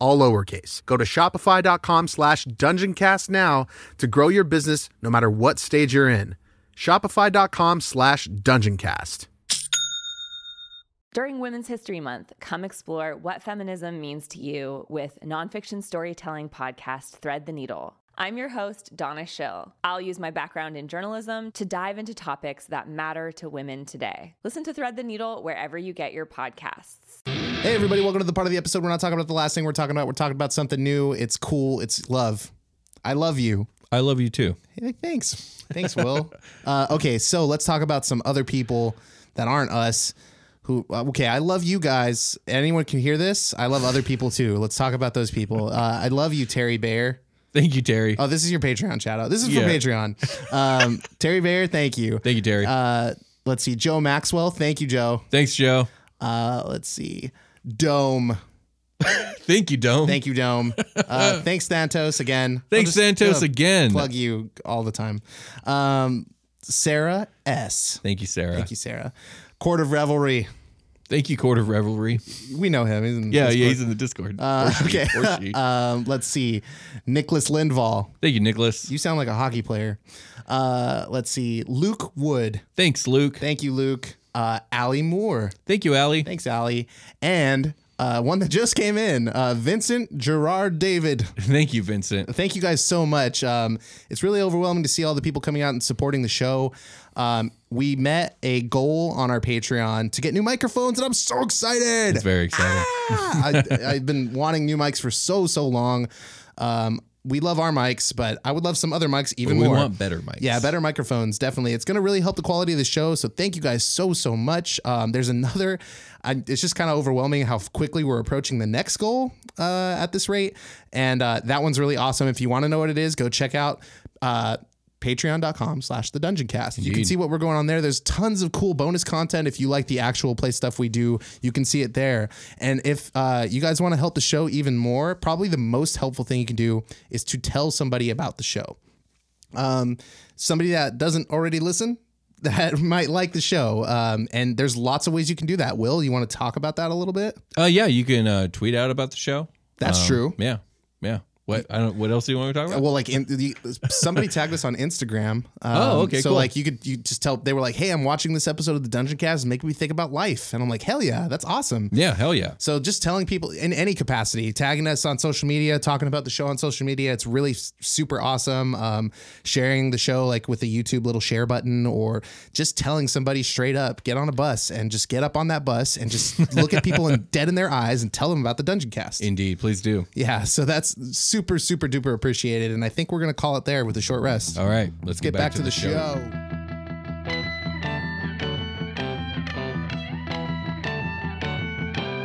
Speaker 6: all lowercase. Go to shopify.com slash dungeoncast now to grow your business no matter what stage you're in. Shopify.com slash dungeoncast.
Speaker 7: During Women's History Month, come explore what feminism means to you with nonfiction storytelling podcast Thread the Needle. I'm your host, Donna Schill. I'll use my background in journalism to dive into topics that matter to women today. Listen to Thread the Needle wherever you get your podcasts.
Speaker 4: Hey, everybody, welcome to the part of the episode. We're not talking about the last thing we're talking about. We're talking about something new. It's cool. It's love. I love you.
Speaker 3: I love you too.
Speaker 4: Hey, thanks. Thanks, Will. uh, okay, so let's talk about some other people that aren't us. Who, uh, okay, I love you guys. Anyone can hear this. I love other people too. Let's talk about those people. Uh, I love you, Terry Bear.
Speaker 3: Thank you, Terry.
Speaker 4: Oh, this is your Patreon shout out. This is
Speaker 3: Yeah.
Speaker 4: for Patreon. Um, Terry Bear, thank you.
Speaker 3: Thank you, Terry.
Speaker 4: Uh, let's see. Joe Maxwell, thank you, Joe.
Speaker 3: Thanks, Joe.
Speaker 4: Uh, let's see. Dome.
Speaker 3: Thank you, Dome.
Speaker 4: Thank you, Dome. Uh, thanks, Santos, again. I'll
Speaker 3: Thanks,
Speaker 4: just,
Speaker 3: Santos,
Speaker 4: uh,
Speaker 3: again.
Speaker 4: Plug you all the time. Um, Sarah S.
Speaker 3: Thank you, Sarah.
Speaker 4: Thank you, Sarah. Court of Revelry.
Speaker 3: Thank you, Court of Revelry.
Speaker 4: We know him. He's in
Speaker 3: Yeah,
Speaker 4: Uh, this
Speaker 3: yeah,
Speaker 4: court.
Speaker 3: he's in the Discord. Or she,
Speaker 4: okay.
Speaker 3: or she.
Speaker 4: um, let's see. Nicholas Lindvall.
Speaker 3: Thank you, Nicholas.
Speaker 4: You sound like a hockey player. Uh, let's see. Luke Wood.
Speaker 3: Thanks, Luke.
Speaker 4: Thank you, Luke. Uh, Allie Moore.
Speaker 3: Thank you, Allie.
Speaker 4: Thanks, Allie. And uh, one that just came in, uh, Vincent Gerard David.
Speaker 3: Thank you, Vincent.
Speaker 4: Thank you guys so much. Um, it's really overwhelming to see all the people coming out and supporting the show. Um, we met a goal on our Patreon to get new microphones, and I'm so excited.
Speaker 3: It's very exciting.
Speaker 4: Ah! I, I've been wanting new mics for so so long. Um, we love our mics, but I would love some other mics even
Speaker 3: But we
Speaker 4: more.
Speaker 3: want better mics.
Speaker 4: Yeah, better microphones, definitely. It's going to really help the quality of the show. So thank you guys so, so much. Um, there's another, I, it's just kind of overwhelming how quickly we're approaching the next goal uh, at this rate. And uh, that one's really awesome. If you want to know what it is, go check out. Uh, patreon.com slash the dungeon cast you can see what we're going on there there's tons of cool bonus content if you like the actual play stuff we do you can see it there and if uh, you guys want to help the show even more probably the most helpful thing you can do is to tell somebody about the show um, somebody that doesn't already listen that might like the show um, and there's lots of ways you can do that will you want to talk about that a little bit
Speaker 3: Uh, yeah, you can uh, tweet out about the show.
Speaker 4: that's true
Speaker 3: Um, Yeah, yeah. What I don't. What else do you want me to talk about?
Speaker 4: well like in the, somebody tagged us on instagram um,
Speaker 3: Oh, okay,
Speaker 4: so
Speaker 3: cool.
Speaker 4: like you could you just tell they were like hey i'm watching this episode of the dungeon cast making me think about life and i'm like hell yeah that's awesome
Speaker 3: yeah, hell yeah.
Speaker 4: so just telling people in any capacity, tagging us on social media, talking about the show on social media, it's really s- super awesome. Um, sharing the show like with a YouTube little share button, or just telling somebody straight up, get on a bus and just get up on that bus and just look at people and dead in their eyes and tell them about the Dungeon Cast.
Speaker 3: Indeed, please do.
Speaker 4: yeah, so that's super super duper appreciated, and I think we're gonna call it there with a short rest.
Speaker 3: All right, let's
Speaker 4: Get back, to, the, show.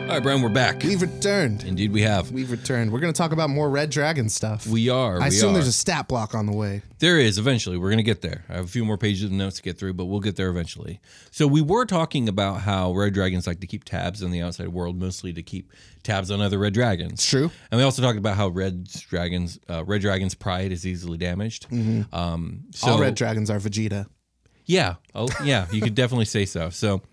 Speaker 3: All right, Brian, we're back.
Speaker 4: We've returned.
Speaker 3: Indeed, we have.
Speaker 4: We've returned. We're gonna talk about more Red Dragon stuff.
Speaker 3: We are.
Speaker 4: I
Speaker 3: we
Speaker 4: assume
Speaker 3: are.
Speaker 4: there's a stat block on the way.
Speaker 3: There is eventually. We're going to get there. I have a few more pages of notes to get through, but we'll get there eventually. So we were talking about how red dragons like to keep tabs on the outside world, mostly to keep tabs on other red dragons.
Speaker 4: True.
Speaker 3: And we also talked about how red dragons, uh, red dragons' pride is easily damaged. Um, so
Speaker 4: All red dragons are Vegeta.
Speaker 3: yeah. Oh, yeah. You could definitely say so. So,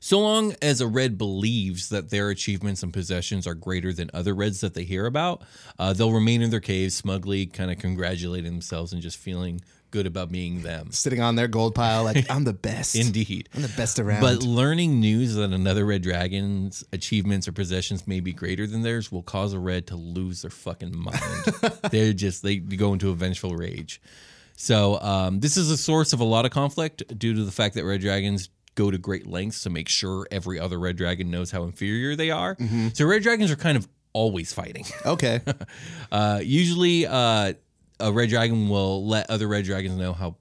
Speaker 3: so long as a red believes that their achievements and possessions are greater than other reds that they hear about, uh, they'll remain in their caves smugly, kind of congratulating themselves and just feeling good about being them.
Speaker 4: sitting on their gold pile, like I'm the best.
Speaker 3: Indeed.
Speaker 4: I'm the best around.
Speaker 3: But learning news that another red dragon's achievements or possessions may be greater than theirs will cause a red to lose their fucking mind. They're just, they go into a vengeful rage. So, um, this is a source of a lot of conflict due to the fact that red dragons go to great lengths to make sure every other red dragon knows how inferior they are. So, red dragons are kind of always fighting.
Speaker 4: okay,
Speaker 3: Uh, usually, uh, a red dragon will let other red dragons know how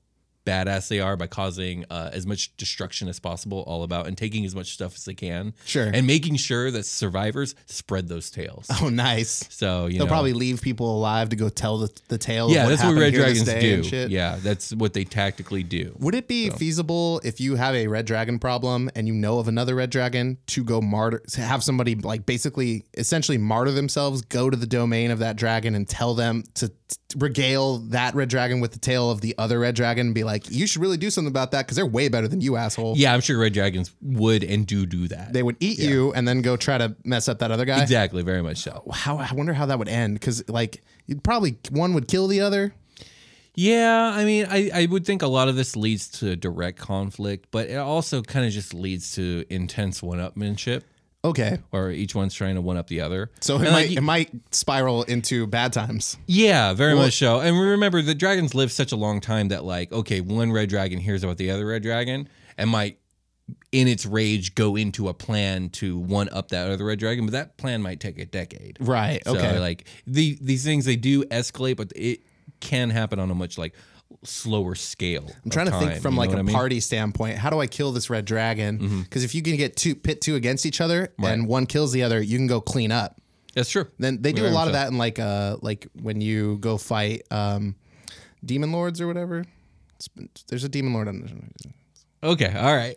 Speaker 3: badass they are by causing uh, as much destruction as possible all about and taking as much stuff as they can
Speaker 4: Sure.
Speaker 3: and making sure that survivors spread those tales
Speaker 4: oh nice.
Speaker 3: so you
Speaker 4: They'll
Speaker 3: know
Speaker 4: probably leave people alive to go tell the, the tale.
Speaker 3: yeah
Speaker 4: of what
Speaker 3: that's what
Speaker 4: happened
Speaker 3: red
Speaker 4: here this
Speaker 3: dragons
Speaker 4: day
Speaker 3: do
Speaker 4: and shit.
Speaker 3: yeah that's what they tactically do
Speaker 4: Would it be feasible if you have a red dragon problem and you know of another red dragon to go martyr, to have somebody like basically essentially martyr themselves, go to the domain of that dragon and tell them to t- regale that red dragon with the tale of the other red dragon and be like, you should really do something about that because they're way better than you, asshole.
Speaker 3: yeah i'm sure red dragons would and do do that
Speaker 4: They would eat you and then go try to mess up that other guy.
Speaker 3: exactly very much so
Speaker 4: how I wonder how that would end because like you'd probably one would kill the other.
Speaker 3: Yeah, I mean, I, I would think a lot of this leads to direct conflict, but it also kind of just leads to intense one-upmanship,
Speaker 4: Okay,
Speaker 3: or each one's trying to one-up the other.
Speaker 4: so it
Speaker 3: And,
Speaker 4: might
Speaker 3: like,
Speaker 4: it might spiral into bad times.
Speaker 3: yeah, very much so. And remember, the dragons live such a long time that, like, okay, one red dragon hears about the other red dragon and might, in its rage, go into a plan to one-up that other red dragon, but that plan might take a decade.
Speaker 4: Right.
Speaker 3: So, like the these things they do escalate, but it can happen on a much like slower scale.
Speaker 4: I'm trying to think from like a party standpoint. How do I kill this red dragon?
Speaker 3: Mm-hmm.
Speaker 4: Because if you can get two pit two against each other and one kills the other, you can go clean up.
Speaker 3: That's true.
Speaker 4: Then they do a
Speaker 3: Very
Speaker 4: lot of
Speaker 3: much
Speaker 4: that in like uh like when you go fight um demon lords or whatever. It's- There's a demon lord on.
Speaker 3: Okay. All right.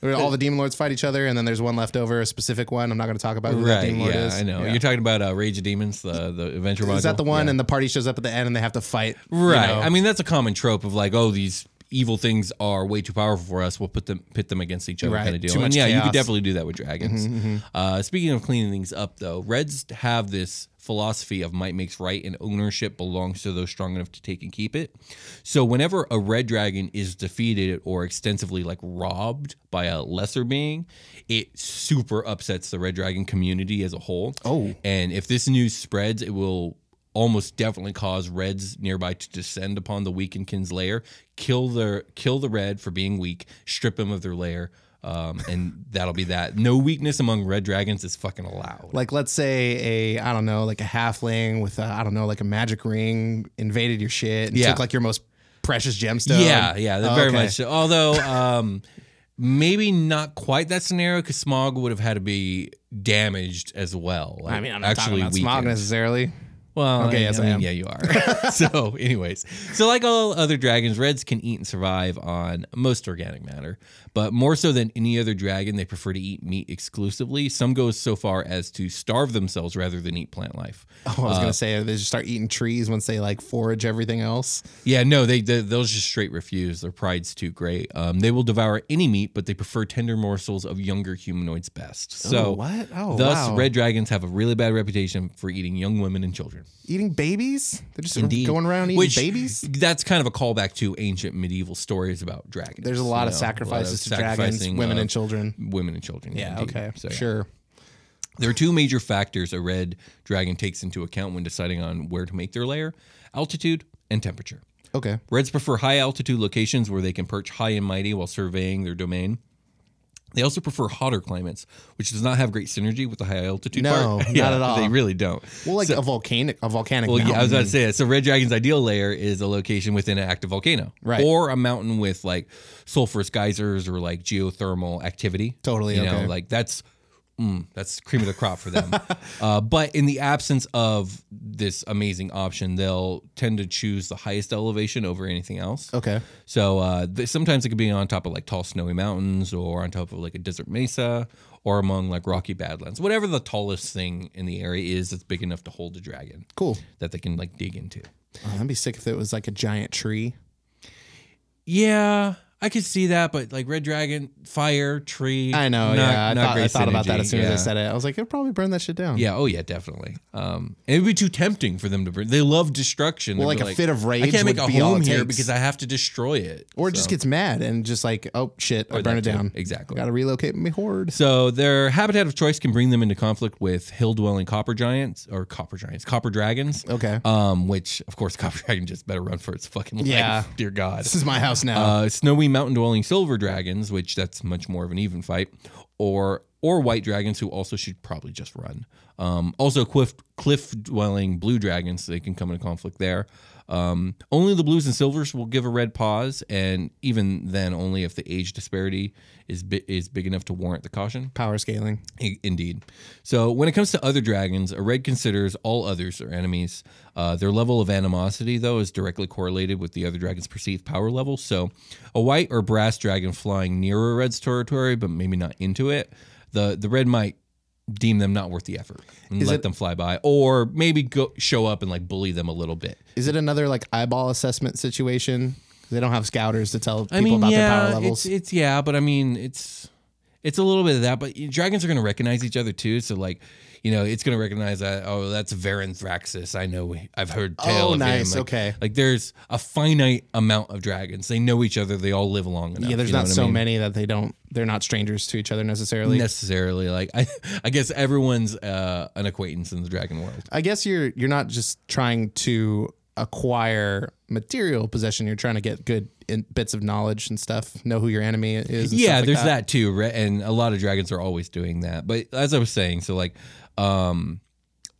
Speaker 4: Where all the demon lords fight each other, and then there's one left over, a specific one. I'm not going to talk about who that
Speaker 3: right.
Speaker 4: demon lord
Speaker 3: Yeah.
Speaker 4: is.
Speaker 3: I know.
Speaker 4: Yeah.
Speaker 3: You're talking about uh, Rage of Demons, the the adventure module.
Speaker 4: Is that the one?
Speaker 3: Yeah.
Speaker 4: And the party shows up at the end, and they have to fight. you
Speaker 3: right.
Speaker 4: know?
Speaker 3: I mean, that's a common trope of like, oh, these evil things are way too powerful for us. We'll put them pit them against each other
Speaker 4: Right.
Speaker 3: kind of deal.
Speaker 4: Too
Speaker 3: and
Speaker 4: much
Speaker 3: yeah, you
Speaker 4: chaos. Mm-hmm,
Speaker 3: could definitely do that with dragons. Uh, speaking of cleaning things up, though, Reds have this philosophy of might makes right, and ownership belongs to those strong enough to take and keep it. So whenever a red dragon is defeated or extensively like robbed by a lesser being, it super upsets the red dragon community as a whole. Oh, and if this news spreads, it will almost definitely cause reds nearby to descend upon the weakened kin's lair, kill the kill the red for being weak, strip him of their lair, Um, and that'll be that. No weakness among red dragons is fucking allowed.
Speaker 4: Like let's say a I don't know like a halfling with a, I don't know like a magic ring invaded your shit and
Speaker 3: Yeah.
Speaker 4: took like your most precious gemstone.
Speaker 3: Yeah, yeah, they're
Speaker 4: Oh,
Speaker 3: very
Speaker 4: okay.
Speaker 3: much. So. Although, um, maybe not quite that scenario because Smog would have had to be damaged as well.
Speaker 4: I mean, I'm not actually talking about smog
Speaker 3: weakened.
Speaker 4: necessarily.
Speaker 3: Well,
Speaker 4: Okay,
Speaker 3: I,
Speaker 4: yes, I
Speaker 3: mean,
Speaker 4: am.
Speaker 3: Yeah, you are. so, anyways, so like all other dragons, reds can eat and survive on most organic matter, but more so than any other dragon, they prefer to eat meat exclusively. Some go so far as to starve themselves rather than eat plant life.
Speaker 4: Oh, I was
Speaker 3: Uh,
Speaker 4: gonna say they just start eating trees once they like forage everything else.
Speaker 3: Yeah, no, they, they they'll just straight refuse. Their pride's too great. Um, they will devour any meat, but they prefer tender morsels of younger humanoids best. So
Speaker 4: Ooh, what? Oh,
Speaker 3: thus
Speaker 4: wow.
Speaker 3: red dragons have a really bad reputation for eating young women and children.
Speaker 4: Eating babies? They're just going around eating
Speaker 3: Which,
Speaker 4: babies.
Speaker 3: That's kind of a callback to ancient medieval stories about dragons.
Speaker 4: There's a lot
Speaker 3: you
Speaker 4: of
Speaker 3: know,
Speaker 4: sacrifices to dragons,
Speaker 3: sacrificing uh,
Speaker 4: women
Speaker 3: of
Speaker 4: and children.
Speaker 3: Women and children.
Speaker 4: Yeah.
Speaker 3: indeed.
Speaker 4: Okay.
Speaker 3: So, yeah.
Speaker 4: Sure.
Speaker 3: There are two major factors a red dragon takes into account when deciding on where to make their lair: altitude and temperature.
Speaker 4: Okay.
Speaker 3: Reds prefer high altitude locations where they can perch high and mighty while surveying their domain. They also prefer hotter climates, which does not have great synergy with the high altitude
Speaker 4: No,
Speaker 3: part.
Speaker 4: not at all.
Speaker 3: They really don't.
Speaker 4: Well, like a volcanic, a volcanic.
Speaker 3: Well, yeah, I was about to
Speaker 4: mountain.
Speaker 3: say that. So, Red Dragon's ideal layer is a location within an active volcano,
Speaker 4: Right.
Speaker 3: Or a mountain with like sulfurous geysers or like geothermal activity.
Speaker 4: Totally,
Speaker 3: you
Speaker 4: okay.
Speaker 3: know, like that's mm, that's cream of the crop for them. uh, but in the absence of this amazing option, they'll tend to choose the highest elevation over anything else.
Speaker 4: Okay.
Speaker 3: So uh, th- sometimes it could be on top of like tall snowy mountains, or on top of like a desert mesa, or among like rocky badlands. Whatever the tallest thing in the area is that's big enough to hold a dragon
Speaker 4: Cool.
Speaker 3: that they can like dig into.
Speaker 4: Oh, that'd be sick if it was like a giant tree.
Speaker 3: Yeah, I could see that, but like red dragon, fire, tree.
Speaker 4: I know.
Speaker 3: not-
Speaker 4: yeah, I
Speaker 3: not
Speaker 4: thought, I
Speaker 3: great
Speaker 4: thought about
Speaker 3: synergy,
Speaker 4: that as soon
Speaker 3: yeah.
Speaker 4: as I said it. I was like, it'll probably burn that shit down.
Speaker 3: Yeah. Oh, yeah. Definitely. Um, and it'd be too tempting for them to burn. They love destruction.
Speaker 4: Well,
Speaker 3: They'd
Speaker 4: like
Speaker 3: be
Speaker 4: a fit of
Speaker 3: I
Speaker 4: rage
Speaker 3: can't make
Speaker 4: would
Speaker 3: a
Speaker 4: be all
Speaker 3: home
Speaker 4: it
Speaker 3: here
Speaker 4: takes."
Speaker 3: because I have to destroy it.
Speaker 4: Or it just gets mad and just like, oh shit, I
Speaker 3: Or
Speaker 4: burn
Speaker 3: that
Speaker 4: it
Speaker 3: too.
Speaker 4: down.
Speaker 3: Exactly.
Speaker 4: Got to relocate my horde.
Speaker 3: So their habitat of choice can bring them into conflict with hill-dwelling copper giants or copper giants, copper dragons.
Speaker 4: Okay.
Speaker 3: Um, which of course, copper dragon just better run for its fucking life.
Speaker 4: Yeah.
Speaker 3: Dear God.
Speaker 4: This is my house now.
Speaker 3: uh, snowy mountain-dwelling silver dragons, which that's much more of an even fight, or or white dragons who also should probably just run. Um, also cliff cliff-dwelling blue dragons, they can come into conflict there. Um, only the blues and silvers will give a red pause, and even then, only if the age disparity is bi- is big enough to warrant the caution.
Speaker 4: Power scaling.
Speaker 3: I- Indeed. So, when it comes to other dragons, a red considers all others are enemies. Uh, their level of animosity, though, is directly correlated with the other dragon's perceived power level. So, a white or brass dragon flying near a red's territory, but maybe not into it, the the red might deem them not worth the effort and let
Speaker 4: it-
Speaker 3: them fly by, or maybe go show up and like bully them a little bit.
Speaker 4: Is it another like eyeball assessment situation? They don't have scouters to tell people about their power levels.
Speaker 3: It's, it's yeah, but I mean, it's it's a little bit of that. But dragons are going to recognize each other too. So like, you know, it's going to recognize that. Oh, that's Varen Thraxus. I know. I've heard tale.
Speaker 4: Oh,
Speaker 3: of
Speaker 4: nice,
Speaker 3: Him. Like,
Speaker 4: okay.
Speaker 3: Like there's a finite amount of dragons. They know each other. They all live long enough.
Speaker 4: yeah, there's
Speaker 3: you know
Speaker 4: not
Speaker 3: what I
Speaker 4: so
Speaker 3: mean?
Speaker 4: many that they don't. They're not strangers to each other necessarily.
Speaker 3: necessarily. Like I, I guess everyone's uh, an acquaintance in the dragon world.
Speaker 4: I guess you're you're not just trying to acquire material possession. You're trying to get good in, bits of knowledge and stuff. Know who your enemy is. And
Speaker 3: yeah
Speaker 4: stuff like
Speaker 3: there's that. too right? and a lot of dragons are always doing that but as i was saying so like um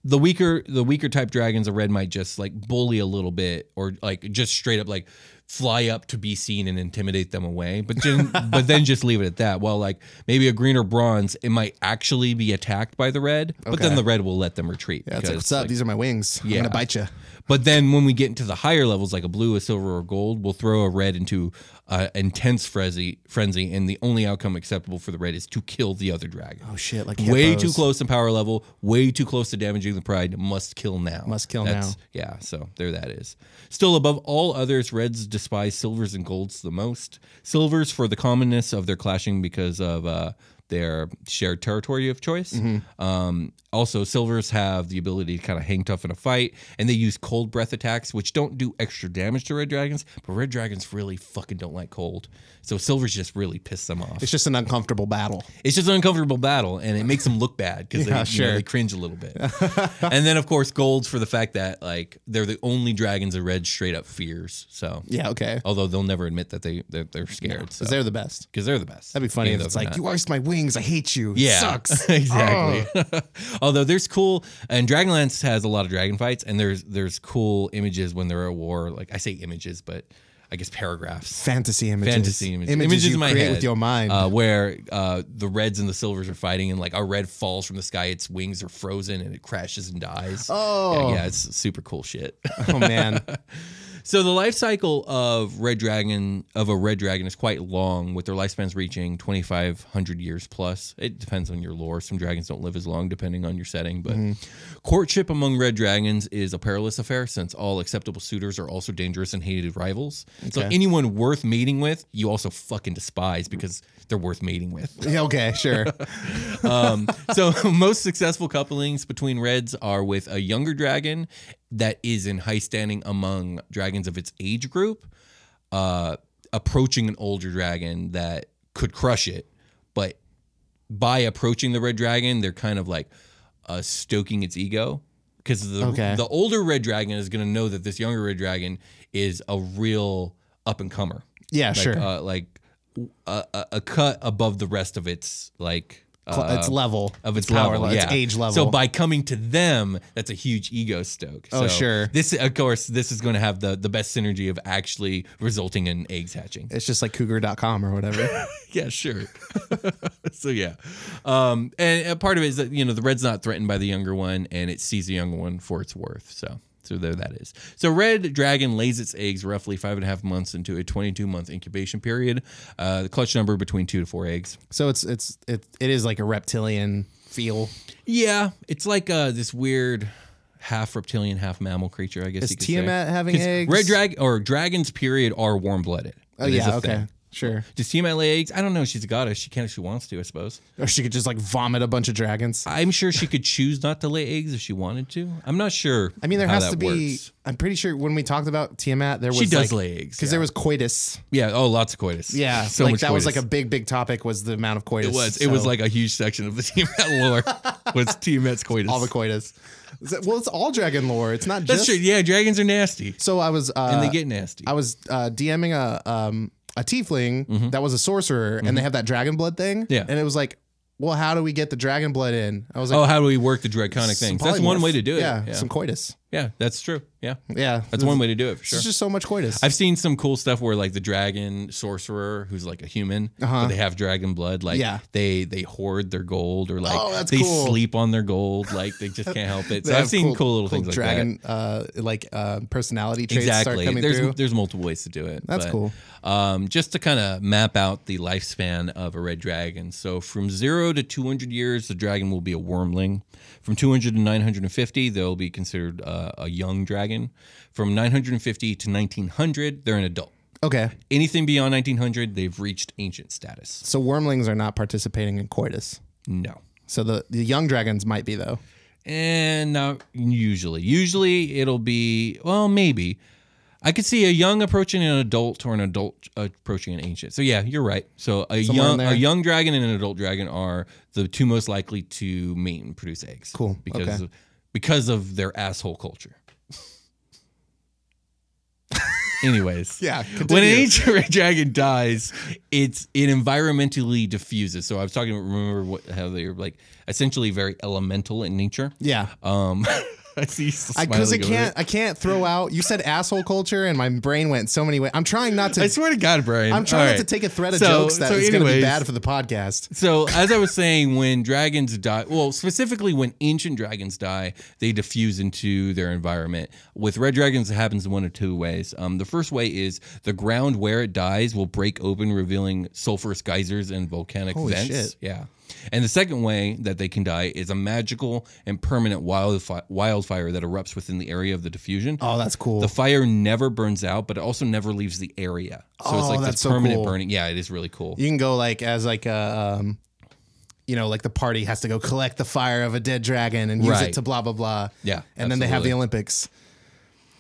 Speaker 3: the weaker the weaker type dragons a red might just like bully a little bit or like just straight up like fly up to be seen and intimidate them away but then but then just leave it at that well like maybe a green or bronze it might actually be attacked by the red but then
Speaker 4: Okay.
Speaker 3: the red will let them retreat
Speaker 4: Yeah, it's like,
Speaker 3: because,
Speaker 4: what's up?
Speaker 3: like,
Speaker 4: These are my wings. I'm
Speaker 3: yeah.
Speaker 4: gonna bite you.
Speaker 3: but then when we get into the higher levels, like a blue, a silver, or gold, we'll throw a red into uh, intense frenzy, frenzy, and the only outcome acceptable for the red is to kill the other dragon. Oh
Speaker 4: shit, like
Speaker 3: way
Speaker 4: hippos.
Speaker 3: too close in power level, way too close to damaging the pride. Must kill now.
Speaker 4: Must kill now.
Speaker 3: Yeah, so there that is. Still above all others, reds despise silvers and golds the most. Silvers for the commonness of their clashing because of uh, their shared territory of choice. Um, Also, silvers have the ability to kind of hang tough in a fight, and they use cold breath attacks, which don't do extra damage to red dragons, but red dragons really fucking don't like cold. So silvers just really piss them off.
Speaker 4: It's just an uncomfortable battle.
Speaker 3: It's just an uncomfortable battle, and it makes them look bad because they, you know,
Speaker 4: sure.
Speaker 3: they cringe a little bit. and then, of course, golds for the fact that like they're the only dragons that red straight up fears. So
Speaker 4: Yeah, okay.
Speaker 3: although they'll never admit that they they're, they're scared. so
Speaker 4: Because they're the best.
Speaker 3: because they're the best.
Speaker 4: That'd be funny
Speaker 3: Even
Speaker 4: if
Speaker 3: though
Speaker 4: it's
Speaker 3: they're
Speaker 4: like,
Speaker 3: not.
Speaker 4: you arced my wings. I hate you. It
Speaker 3: Yeah,
Speaker 4: sucks. Oh.
Speaker 3: exactly. Although there's cool, and Dragonlance has a lot of dragon fights, and there's there's cool images when they're at war. Like I say, images, but I guess paragraphs.
Speaker 4: Fantasy images.
Speaker 3: Fantasy images,
Speaker 4: Images, you
Speaker 3: in my
Speaker 4: create
Speaker 3: head
Speaker 4: with your mind.
Speaker 3: uh, where uh, the reds and the silvers are fighting, and like a red falls from the sky, its wings are frozen, and it crashes and dies. Oh, yeah, yeah it's super cool shit.
Speaker 4: oh, man.
Speaker 3: So the life cycle of red dragon of a red dragon is quite long, with their lifespans reaching twenty five hundred years plus. It depends on your lore. Some dragons don't live as long, depending on your setting. But courtship among red dragons is a perilous affair, since all acceptable suitors are also dangerous and hated rivals. So anyone worth mating with, you also fucking despise because they're worth mating with.
Speaker 4: Yeah, okay, sure.
Speaker 3: so most successful couplings between reds are with a younger dragon that is in high standing among dragons of its age group uh approaching an older dragon that could crush it but by approaching the red dragon they're kind of like uh stoking its ego because the,
Speaker 4: Okay.
Speaker 3: the older red dragon is going to know that this younger red dragon is a real up and comer
Speaker 4: Yeah,
Speaker 3: like,
Speaker 4: sure.
Speaker 3: uh, like a, a, a cut above the rest of its like
Speaker 4: Cl-
Speaker 3: uh,
Speaker 4: it's level
Speaker 3: of its,
Speaker 4: power
Speaker 3: level,
Speaker 4: level,
Speaker 3: yeah.
Speaker 4: its age level.
Speaker 3: So by coming to them, that's a huge ego stoke.
Speaker 4: Oh,
Speaker 3: So
Speaker 4: sure.
Speaker 3: This, of course, this is going to have the the best synergy of actually resulting in eggs hatching.
Speaker 4: it's just like cougar.com or whatever.
Speaker 3: Yeah, sure. so yeah, um, and a part of it is that you know the red's not threatened by the younger one, and it sees the younger one for its worth. So. So there that is. So red dragon lays its eggs roughly five and a half months into a 22 month incubation period. Uh, the clutch number between two to four eggs.
Speaker 4: so it's it's it, it is like a reptilian feel.
Speaker 3: Yeah, it's like uh, this weird half reptilian, half mammal creature. I guess
Speaker 4: Is
Speaker 3: you could
Speaker 4: Tiamat
Speaker 3: say.
Speaker 4: having
Speaker 3: 'Cause
Speaker 4: eggs?
Speaker 3: Red drag or dragons period are warm blooded.
Speaker 4: Oh yeah, okay. Sure.
Speaker 3: Does Tiamat lay eggs? I don't know. She's a goddess. She can if she wants to, I suppose.
Speaker 4: Or she could just like vomit a bunch of dragons.
Speaker 3: I'm sure she could choose not to lay eggs if she wanted to. I'm not sure.
Speaker 4: I mean, there
Speaker 3: how
Speaker 4: has
Speaker 3: that
Speaker 4: to be.
Speaker 3: works.
Speaker 4: I'm pretty sure when we talked about Tiamat, there was
Speaker 3: She does
Speaker 4: like,
Speaker 3: lay eggs,
Speaker 4: because
Speaker 3: yeah.
Speaker 4: there was coitus.
Speaker 3: Yeah. Oh, lots of coitus.
Speaker 4: Yeah,
Speaker 3: So
Speaker 4: like
Speaker 3: much
Speaker 4: that was
Speaker 3: coitus.
Speaker 4: like a big, big topic was the amount of coitus.
Speaker 3: It was. It was
Speaker 4: So,
Speaker 3: like a huge section of the Tiamat lore. was Tiamat's coitus?
Speaker 4: all the coitus. Is that- Well, it's all dragon lore. It's not
Speaker 3: That's
Speaker 4: just.
Speaker 3: true. Yeah, dragons are nasty,
Speaker 4: So I was. Uh,
Speaker 3: and they get nasty.
Speaker 4: I was uh, DMing a um a tiefling that was a sorcerer, and they have that dragon blood thing.
Speaker 3: Mm-hmm. Yeah.
Speaker 4: and it was like, well, how do we get the dragon blood in? I was like,
Speaker 3: oh, how do we work the draconic
Speaker 4: some
Speaker 3: things? That's one
Speaker 4: polymorph.
Speaker 3: way to do it.
Speaker 4: Yeah, some coitus.
Speaker 3: Yeah, that's true. Yeah.
Speaker 4: Yeah,
Speaker 3: That's one way to do it for sure.
Speaker 4: There's just so much coitus.
Speaker 3: I've seen some cool stuff where like the dragon sorcerer who's like a human, but they have dragon blood. Like
Speaker 4: Uh-huh. Yeah.
Speaker 3: they they hoard their gold or like
Speaker 4: Oh, that's
Speaker 3: they
Speaker 4: cool.
Speaker 3: sleep on their gold. Like they just can't help it.
Speaker 4: They
Speaker 3: So I've
Speaker 4: have
Speaker 3: seen cool, little things like
Speaker 4: dragon, uh, like uh, personality
Speaker 3: that.
Speaker 4: traits
Speaker 3: exactly.
Speaker 4: start coming
Speaker 3: There's
Speaker 4: through.
Speaker 3: there's multiple ways to do it.
Speaker 4: That's
Speaker 3: but,
Speaker 4: cool.
Speaker 3: Um, just to kind of map out the lifespan of a red dragon. So from zero to 200 years, the dragon will be a wormling. From 200 to 950, they'll be considered uh, a young dragon. From 950 to 1900, they're an adult.
Speaker 4: Okay,
Speaker 3: anything beyond 1900, they've reached ancient status.
Speaker 4: so wormlings are not participating in coitus.
Speaker 3: No.
Speaker 4: So the, the young dragons might be though.
Speaker 3: And not Eh, usually. Usually it'll be, well, maybe. I could see a young approaching an adult or an adult approaching an ancient. So yeah, you're right. So a
Speaker 4: Somewhere in
Speaker 3: young
Speaker 4: there.
Speaker 3: a young dragon and an adult dragon are the two most likely to mate and produce eggs.
Speaker 4: Cool.
Speaker 3: Because
Speaker 4: Okay.
Speaker 3: of, because of their asshole culture. Anyways.
Speaker 4: Yeah,
Speaker 3: when an
Speaker 4: continue.
Speaker 3: ancient red dragon dies, it's it environmentally diffuses. So I was talking. Remember what, how they were like essentially very elemental in nature.
Speaker 4: Yeah,
Speaker 3: Um, I see
Speaker 4: because I,
Speaker 3: smiling over
Speaker 4: can't
Speaker 3: there.
Speaker 4: I can't throw out. You said asshole culture, and my brain went so many ways. I'm trying not to.
Speaker 3: I swear to God, Brian.
Speaker 4: I'm trying
Speaker 3: All
Speaker 4: not to
Speaker 3: right.
Speaker 4: take a thread of
Speaker 3: So-
Speaker 4: jokes that
Speaker 3: so
Speaker 4: is going to be
Speaker 3: anyways,
Speaker 4: bad for the podcast.
Speaker 3: So as I was saying, when dragons die, well, specifically when ancient dragons die, they diffuse into their environment. With red dragons, it happens in one of two ways. Um, the first way is the ground where it dies will break open, revealing sulfurous geysers and volcanic
Speaker 4: Holy
Speaker 3: vents.
Speaker 4: shit.
Speaker 3: Yeah. And the second way that they can die is a magical and permanent wildfire, wildfire that erupts within the area of the diffusion.
Speaker 4: Oh, that's cool.
Speaker 3: The fire never burns out, but it also never leaves the area. So
Speaker 4: Oh,
Speaker 3: it's like
Speaker 4: that's
Speaker 3: this
Speaker 4: so
Speaker 3: permanent
Speaker 4: cool.
Speaker 3: burning. Yeah, it is really cool.
Speaker 4: you can go like as like a um, you know, like the party has to go collect the fire of a dead dragon and use
Speaker 3: Right.
Speaker 4: it to blah blah blah.
Speaker 3: Yeah,
Speaker 4: and then they have
Speaker 3: absolutely.
Speaker 4: the Olympics.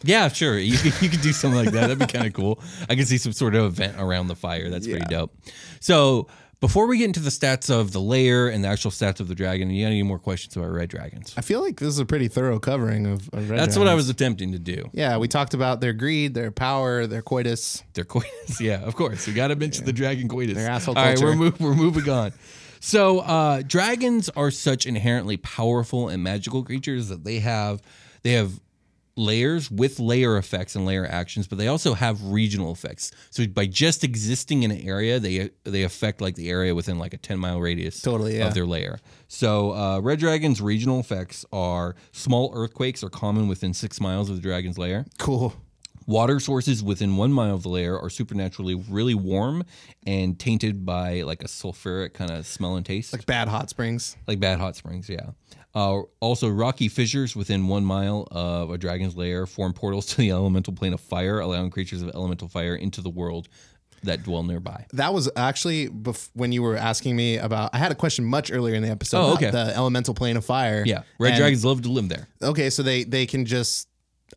Speaker 3: Yeah, sure. You could, you could do something like that. That'd be kind of cool. I could see some sort of event around the fire. That's pretty dope. So, before we get into the stats of the layer and the actual stats of the dragon, you got any more questions about red dragons?
Speaker 4: I feel like this is a pretty thorough covering of. of Red
Speaker 3: That's what I
Speaker 4: Dragons.
Speaker 3: was attempting to do.
Speaker 4: Yeah, we talked about their greed, their power, their coitus.
Speaker 3: Their coitus. Yeah, of course. We got to mention the dragon coitus.
Speaker 4: Their asshole
Speaker 3: All right, we're,
Speaker 4: culture.
Speaker 3: mov- we're moving on. So, uh, dragons are such inherently powerful and magical creatures that they have they have layers with layer effects and layer actions, but they also have regional effects. So, by just existing in an area, they they affect like the area within like a ten mile radius
Speaker 4: Totally, yeah.
Speaker 3: of their layer. So, uh, red dragons' regional effects are small earthquakes are common within six miles of the dragon's lair.
Speaker 4: Cool.
Speaker 3: Water sources within one mile of the layer are supernaturally really warm and tainted by like a sulfuric kind of smell and taste, like,
Speaker 4: Like bad hot springs.
Speaker 3: bad hot springs. Yeah. Uh, also, rocky fissures within one mile of a dragon's lair form portals to the elemental plane of fire, allowing creatures of elemental fire into the world that dwell nearby.
Speaker 4: That was actually bef- when you were asking me about. I had a question much earlier in the episode.
Speaker 3: Oh,
Speaker 4: about
Speaker 3: okay.
Speaker 4: The elemental plane of fire.
Speaker 3: Yeah, red
Speaker 4: And-
Speaker 3: dragons love to live there.
Speaker 4: Okay, so they they can just.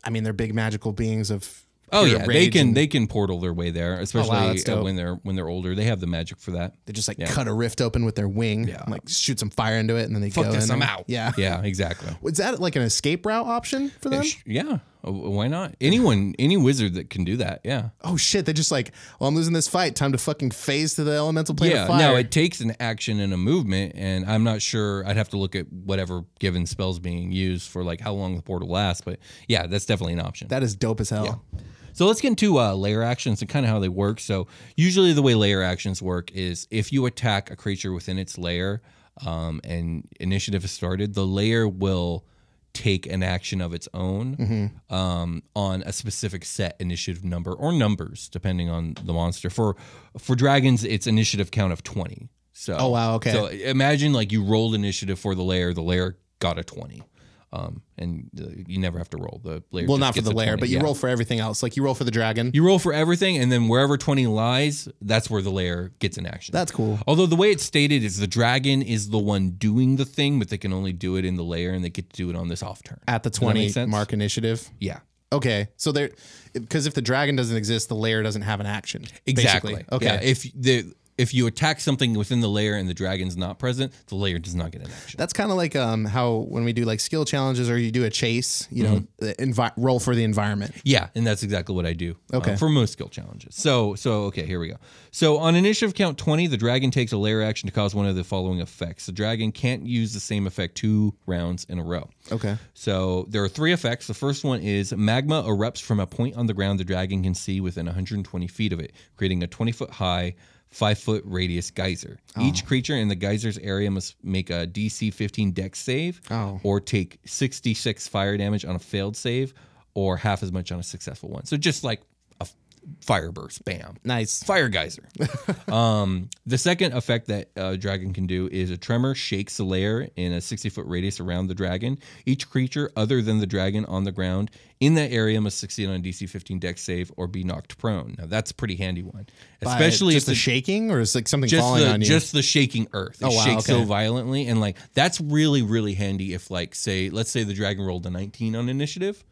Speaker 4: I mean, they're big magical beings of.
Speaker 3: Oh
Speaker 4: pure
Speaker 3: yeah, they
Speaker 4: rage
Speaker 3: can
Speaker 4: and
Speaker 3: they can portal their way there, especially
Speaker 4: that's
Speaker 3: uh,
Speaker 4: dope.
Speaker 3: when they're when they're older. They have the magic for that.
Speaker 4: they just like cut a rift open with their wing.
Speaker 3: Yeah.
Speaker 4: and, like shoot some fire into it, and then they
Speaker 3: Fuck
Speaker 4: go.
Speaker 3: this,
Speaker 4: in
Speaker 3: I'm
Speaker 4: and-
Speaker 3: out.
Speaker 4: Yeah.
Speaker 3: yeah, exactly.
Speaker 4: Is that like an escape route option for them?
Speaker 3: Sh- Yeah, Uh, why not? Anyone, any wizard that can do that. Yeah,
Speaker 4: Oh shit! They just like, well, I'm losing this fight. Time to fucking phase to the elemental plane
Speaker 3: yeah.
Speaker 4: of fire.
Speaker 3: Now it takes an action and a movement, and I'm not sure. I'd have to look at whatever given spells being used for like how long the portal lasts. But yeah, that's definitely an option.
Speaker 4: that is dope as hell.
Speaker 3: So let's get into uh, layer actions and kind of how they work. So usually the way layer actions work is if you attack a creature within its layer um, and initiative is started, the layer will take an action of its own
Speaker 4: Mm-hmm.
Speaker 3: um, on a specific set initiative number or numbers depending on the monster. For for dragons, it's initiative count of twenty. So
Speaker 4: Oh, wow, okay.
Speaker 3: So imagine like you rolled initiative for the layer, the layer got a twenty. Um, and uh, you never have to roll the layer.
Speaker 4: Well,
Speaker 3: just
Speaker 4: not for
Speaker 3: gets
Speaker 4: the
Speaker 3: a
Speaker 4: lair,
Speaker 3: 20.
Speaker 4: but you
Speaker 3: Yeah.
Speaker 4: roll for everything else. Like you roll for the dragon.
Speaker 3: You roll for everything, and then wherever 20 lies, that's where the layer gets an action.
Speaker 4: That's cool.
Speaker 3: Although the way it's stated is the dragon is the one doing the thing, but they can only do it in the layer and they get to do it on this off turn.
Speaker 4: at the
Speaker 3: that make
Speaker 4: 20
Speaker 3: sense?
Speaker 4: mark initiative.
Speaker 3: yeah.
Speaker 4: Okay. So there because if the dragon doesn't exist, the layer doesn't have an action.
Speaker 3: Exactly.
Speaker 4: basically. Okay.
Speaker 3: Yeah, if the if you attack something within the layer and the dragon's not present, the layer does not get an action.
Speaker 4: That's kind of like um how when we do like skill challenges or you do a chase, you know,
Speaker 3: Mm-hmm.
Speaker 4: the envi- roll for the environment.
Speaker 3: Yeah, and that's exactly what I do.
Speaker 4: Okay.
Speaker 3: uh, for most skill challenges. So, so okay, here we go. So on initiative count twenty, the dragon takes a layer action to cause one of the following effects. The dragon can't use the same effect two rounds in a row.
Speaker 4: Okay.
Speaker 3: So there are three effects. The first one is magma erupts from a point on the ground the dragon can see within 120 feet of it, creating a 20 foot high, five foot radius geyser. Each creature in the geyser's area must make a DC 15 dex save or take 66 fire damage on a failed save or half as much on a successful one. So just like a f- fire burst, bam.
Speaker 4: Nice.
Speaker 3: Fire geyser. um, the second effect that uh, dragon can do is a tremor shakes the layer in a 60 foot radius around the dragon. Each creature other than the dragon on the ground in that area must succeed on a DC 15 dex save or be knocked prone. Now, that's a pretty handy one,
Speaker 4: By
Speaker 3: especially
Speaker 4: just
Speaker 3: if
Speaker 4: the,
Speaker 3: the
Speaker 4: shaking or is like something
Speaker 3: just
Speaker 4: falling
Speaker 3: the,
Speaker 4: on you.
Speaker 3: Just the shaking earth. It
Speaker 4: Oh, wow,
Speaker 3: shakes so
Speaker 4: okay.
Speaker 3: violently. And like that's really, really handy if like say, let's say the dragon rolled a 19 on initiative,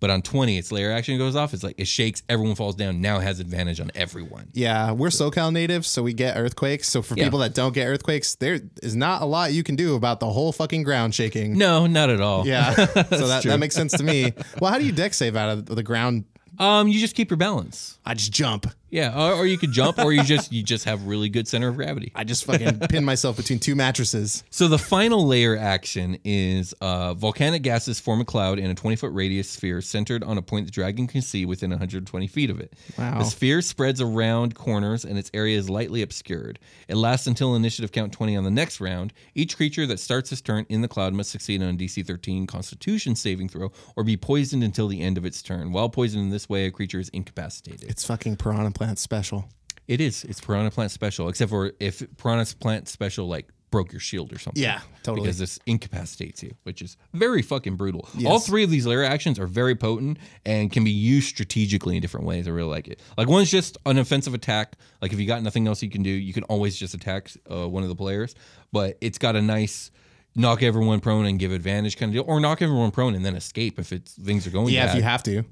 Speaker 3: but on 20 its layer action goes off. It's like it shakes, everyone falls down, now it has advantage on everyone.
Speaker 4: yeah, we're SoCal natives, so we get earthquakes. So for
Speaker 3: Yeah.
Speaker 4: people that don't get earthquakes, there is not a lot you can do about the whole fucking ground shaking.
Speaker 3: No, not at all.
Speaker 4: Yeah, so that, that makes sense to me. Well, how do you deck save out of the ground?
Speaker 3: Um, you just keep your balance.
Speaker 4: I just jump.
Speaker 3: Yeah, or, or you could jump, or you just you just have really good center of gravity.
Speaker 4: I just fucking pin myself between two mattresses.
Speaker 3: So the final layer action is uh, volcanic gases form a cloud in a 20 foot radius sphere centered on a point the dragon can see within 120 feet of it.
Speaker 4: Wow.
Speaker 3: The sphere spreads around corners and its area is lightly obscured. It lasts until initiative count 20 on the next round. Each creature that starts its turn in the cloud must succeed on a DC 13 Constitution saving throw or be poisoned until the end of its turn. While poisoned in this way, a creature is incapacitated.
Speaker 4: It's fucking piranha plant special.
Speaker 3: It is. It's Piranha Plant Special, except for if Piranha Plant Special like broke your shield or something.
Speaker 4: Yeah, totally.
Speaker 3: Because this incapacitates you, which is very fucking brutal. All three of these layer actions are very potent and can be used strategically in different ways. I really like it. Like one's just an offensive attack. Like if you got nothing else you can do, you can always just attack uh, one of the players. But it's got a nice knock everyone prone and give advantage kind of deal, or knock everyone prone and then escape if it's things are going.
Speaker 4: Yeah, if
Speaker 3: bad.
Speaker 4: you have to.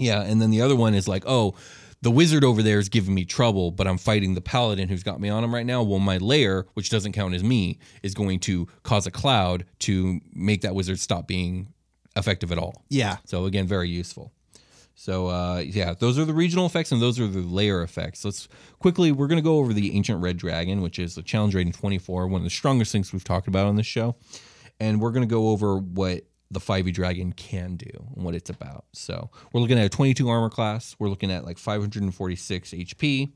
Speaker 3: Yeah, and then the other one is like, oh, the wizard over there is giving me trouble, but I'm fighting the paladin who's got me on him right now. Well, my lair, which doesn't count as me, is going to cause a cloud to make that wizard stop being effective at all.
Speaker 4: Yeah.
Speaker 3: So again, very useful. So uh, yeah, those are the regional effects and those are the layer effects. Let's quickly we're gonna go over the ancient red dragon, which is the challenge rating 24, one of the strongest things we've talked about on this show, and we're gonna go over what the 5e dragon can do and what it's about. So we're looking at a 22 armor class. We're looking at like 546 HP.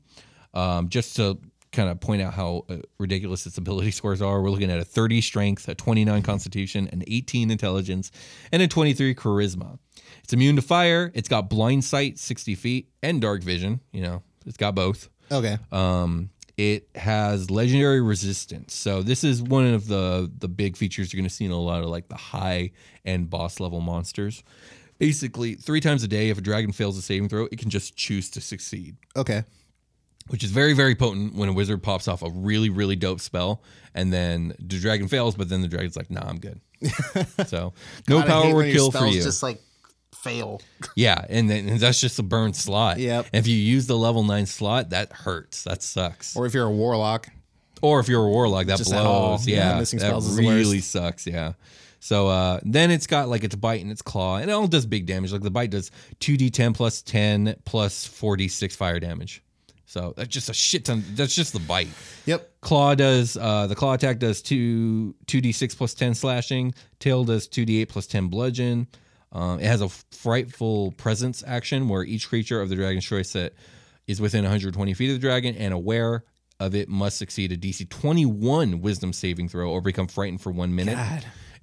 Speaker 3: Um, just to kind of point out how uh, ridiculous its ability scores are, we're looking at a 30 strength, a 29 constitution, an 18 intelligence, and a 23 charisma. It's immune to fire. It's got blind sight, 60 feet, and dark vision. You know, it's got both.
Speaker 4: Okay.
Speaker 3: Um, it has legendary resistance. So this is one of the the big features you're going to see in a lot of like the high end boss level monsters. Basically, three times a day, if a dragon fails a saving throw, it can just choose to succeed
Speaker 4: okay.
Speaker 3: which is very very potent when a wizard pops off a really really dope spell and then the dragon fails but then the dragon's like nah i'm good so no
Speaker 8: God, I hate
Speaker 3: power
Speaker 8: when
Speaker 3: or
Speaker 8: your
Speaker 3: kill for
Speaker 8: spells
Speaker 3: you
Speaker 8: Just like fail.
Speaker 3: yeah and then and that's just a burn slot
Speaker 4: Yep.
Speaker 3: if you use the level 9 slot that hurts that sucks or,
Speaker 4: Or if you're a warlock,
Speaker 3: if you're a warlock that
Speaker 4: Just that all-
Speaker 3: blows
Speaker 4: yeah,
Speaker 3: yeah,
Speaker 4: missing
Speaker 3: that
Speaker 4: spells is the
Speaker 3: really sucks yeah so uh, then it's got like its bite and its claw and it all does big damage like the bite does 2d10 plus 10 plus 46 fire damage so that's just a shit ton that's just the bite
Speaker 4: Yep.
Speaker 3: Claw does uh, the claw attack does two two d six plus ten slashing. Tail does two d eight plus ten bludgeon. Um, it has a frightful presence action where each creature of the dragon's choice that is within 120 feet of the dragon and aware of it must succeed a DC 21 Wisdom saving throw or become frightened for one minute.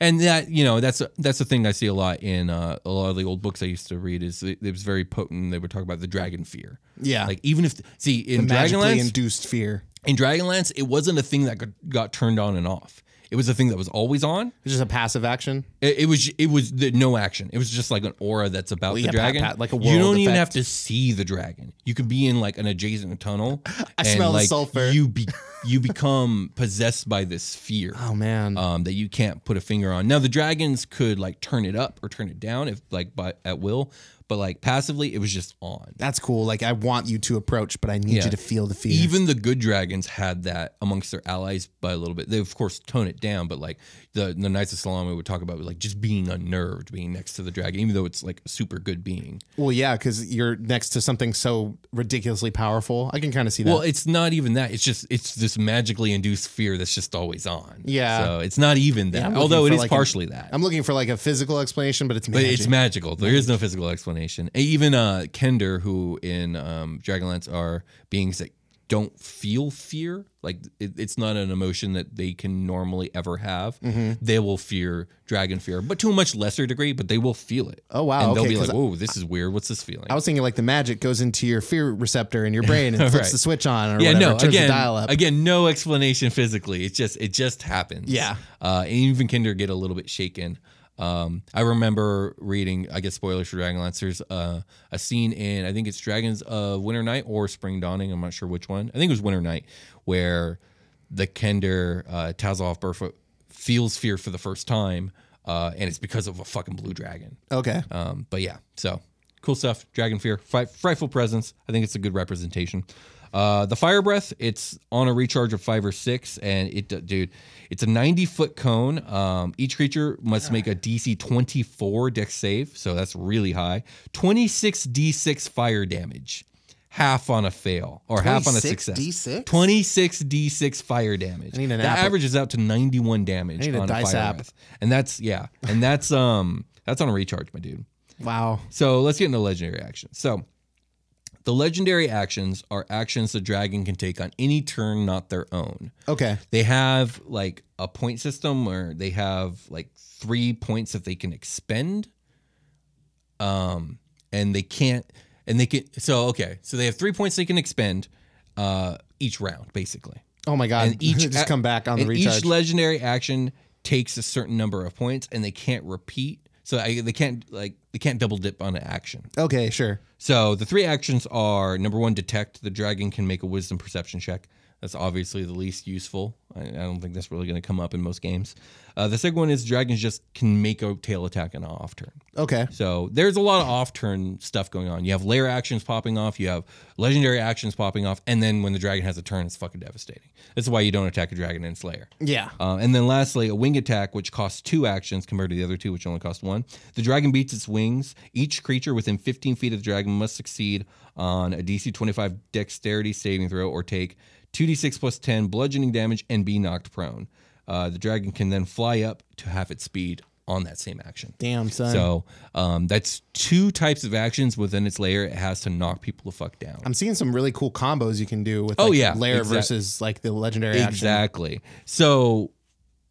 Speaker 3: And that you know that's a, that's the thing I see a lot in uh, a lot of the old books I used to read is it, it was very potent. They would talk about the dragon fear.
Speaker 4: Yeah.
Speaker 3: like even if see in
Speaker 4: magically
Speaker 3: Dragonlance
Speaker 4: induced fear.
Speaker 3: in Dragonlance, it wasn't a thing that got, got turned on and off. It was a thing that was always on.
Speaker 4: It's just a passive action.
Speaker 3: It, it was it was the, no action. It was just like an aura that's about the
Speaker 4: yeah, pat-
Speaker 3: dragon.
Speaker 4: pat, like a
Speaker 3: you don't
Speaker 4: world
Speaker 3: even
Speaker 4: effect.
Speaker 3: have to see the dragon. You could be in like an adjacent tunnel. I
Speaker 4: smell the sulfur.
Speaker 3: You be, you become possessed by this fear
Speaker 4: Oh man.
Speaker 3: um, that you can't put a finger on. Now the dragons could like turn it up or turn it down if like by, at will, but like passively it was just on.
Speaker 4: That's cool. Like I want you to approach, but I need
Speaker 3: Yeah.
Speaker 4: you to feel the fear.
Speaker 3: Even the good dragons had that amongst their allies by a little bit. They of course tone it down, but like the the Knights of Salome would talk about like just being unnerved, being next to the dragon, even though it's like a super good being.
Speaker 4: well, yeah, because you're next to something so ridiculously powerful. I can kind of see that.
Speaker 3: Well, it's not even that. It's just it's this magically induced fear that's just always on.
Speaker 4: Yeah.
Speaker 3: So it's not even that.
Speaker 4: I'm looking
Speaker 3: Although it
Speaker 4: for,
Speaker 3: is
Speaker 4: like, an-
Speaker 3: partially that.
Speaker 4: I'm looking for like a physical explanation, but it's
Speaker 3: But
Speaker 4: magic.
Speaker 3: it's magical. There is no physical explanation. Even uh, Kender, who in um, Dragonlance are beings that don't feel fear, like it, it's not an emotion that they can normally ever have.
Speaker 4: Mm-hmm.
Speaker 3: They will fear dragon fear, but to a much lesser degree. But they will feel it.
Speaker 4: Oh, wow.
Speaker 3: And they'll
Speaker 4: Okay,
Speaker 3: be like,
Speaker 4: 'cause I-
Speaker 3: "Whoa, this is weird. What's this feeling?"
Speaker 4: I was thinking like the magic goes into your fear receptor in your brain and flips
Speaker 3: Right.
Speaker 4: the switch on or
Speaker 3: yeah,
Speaker 4: whatever,
Speaker 3: no.
Speaker 4: turns
Speaker 3: Again,
Speaker 4: the dial up.
Speaker 3: again, no explanation physically. It's just it just happens.
Speaker 4: Yeah.
Speaker 3: uh, and even Kinder get a little bit shaken. Um, I remember reading, I guess spoilers for Dragonlance. There's uh, a scene in I think it's Dragons of Winter Night or Spring Dawning. I'm not sure which one. I think it was Winter Night where the Kender uh, Tazov Burfoot feels fear for the first time, uh, and it's because of a fucking blue dragon.
Speaker 4: okay.
Speaker 3: Um, but yeah, so cool stuff. Dragon Fear, Fri- Frightful Presence. I think it's a good representation. Uh, the Fire Breath, it's on a recharge of five or six, and it, d- dude, it's a 90 foot cone. Um, each creature must make a DC 24 dex save, so that's really high. 26 D6 fire damage, half on a fail, or half on a
Speaker 8: 26
Speaker 3: success.
Speaker 8: D6?
Speaker 3: 26 D6 fire damage.
Speaker 4: need an
Speaker 3: that
Speaker 4: app.
Speaker 3: averages out to 91 damage
Speaker 4: need a
Speaker 3: on
Speaker 4: dice
Speaker 3: Fire
Speaker 4: app.
Speaker 3: Breath. And that's, yeah, and that's, um, that's on a recharge, my dude.
Speaker 4: wow.
Speaker 3: So let's get into legendary actions. So the legendary actions are actions the dragon can take on any turn not their own.
Speaker 4: Okay.
Speaker 3: They have like a point system where they have like three points that they can expend. Um, and they can't, and they can, so okay, so they have three points they can expend uh, each round, basically.
Speaker 4: Oh my god!
Speaker 3: and each
Speaker 4: just come back on the
Speaker 3: and
Speaker 4: recharge.
Speaker 3: Each legendary action takes a certain number of points, and they can't repeat. So I, they can't like they can't double dip on an action.
Speaker 4: okay, sure.
Speaker 3: So the three actions are number one, detect. The dragon can make a wisdom perception check. That's obviously the least useful. I, I don't think that's really going to come up in most games. Uh, the second one is dragons just can make a tail attack on an off turn.
Speaker 4: Okay,
Speaker 3: So there's a lot of off turn stuff going on. You have layer actions popping off, you have legendary actions popping off, and then when the dragon has a turn, it's fucking devastating. That's why you don't attack a dragon in its lair.
Speaker 4: yeah.
Speaker 3: Uh, and then lastly, a wing attack, which costs two actions compared to the other two, which only cost one. The dragon beats its wings. Each creature within 15 feet of the dragon must succeed on a DC 25 dexterity saving throw or take 2d6 plus 10 bludgeoning damage and be knocked prone. Uh, the dragon can then fly up to half its speed on that same action.
Speaker 4: Damn son,
Speaker 3: So um, that's two types of actions within its layer. It has to knock people the fuck down.
Speaker 4: I'm seeing some really cool combos you can do with.
Speaker 3: Oh,
Speaker 4: like,
Speaker 3: yeah,
Speaker 4: lair
Speaker 3: exact-
Speaker 4: versus like the legendary action.
Speaker 3: exactly. So,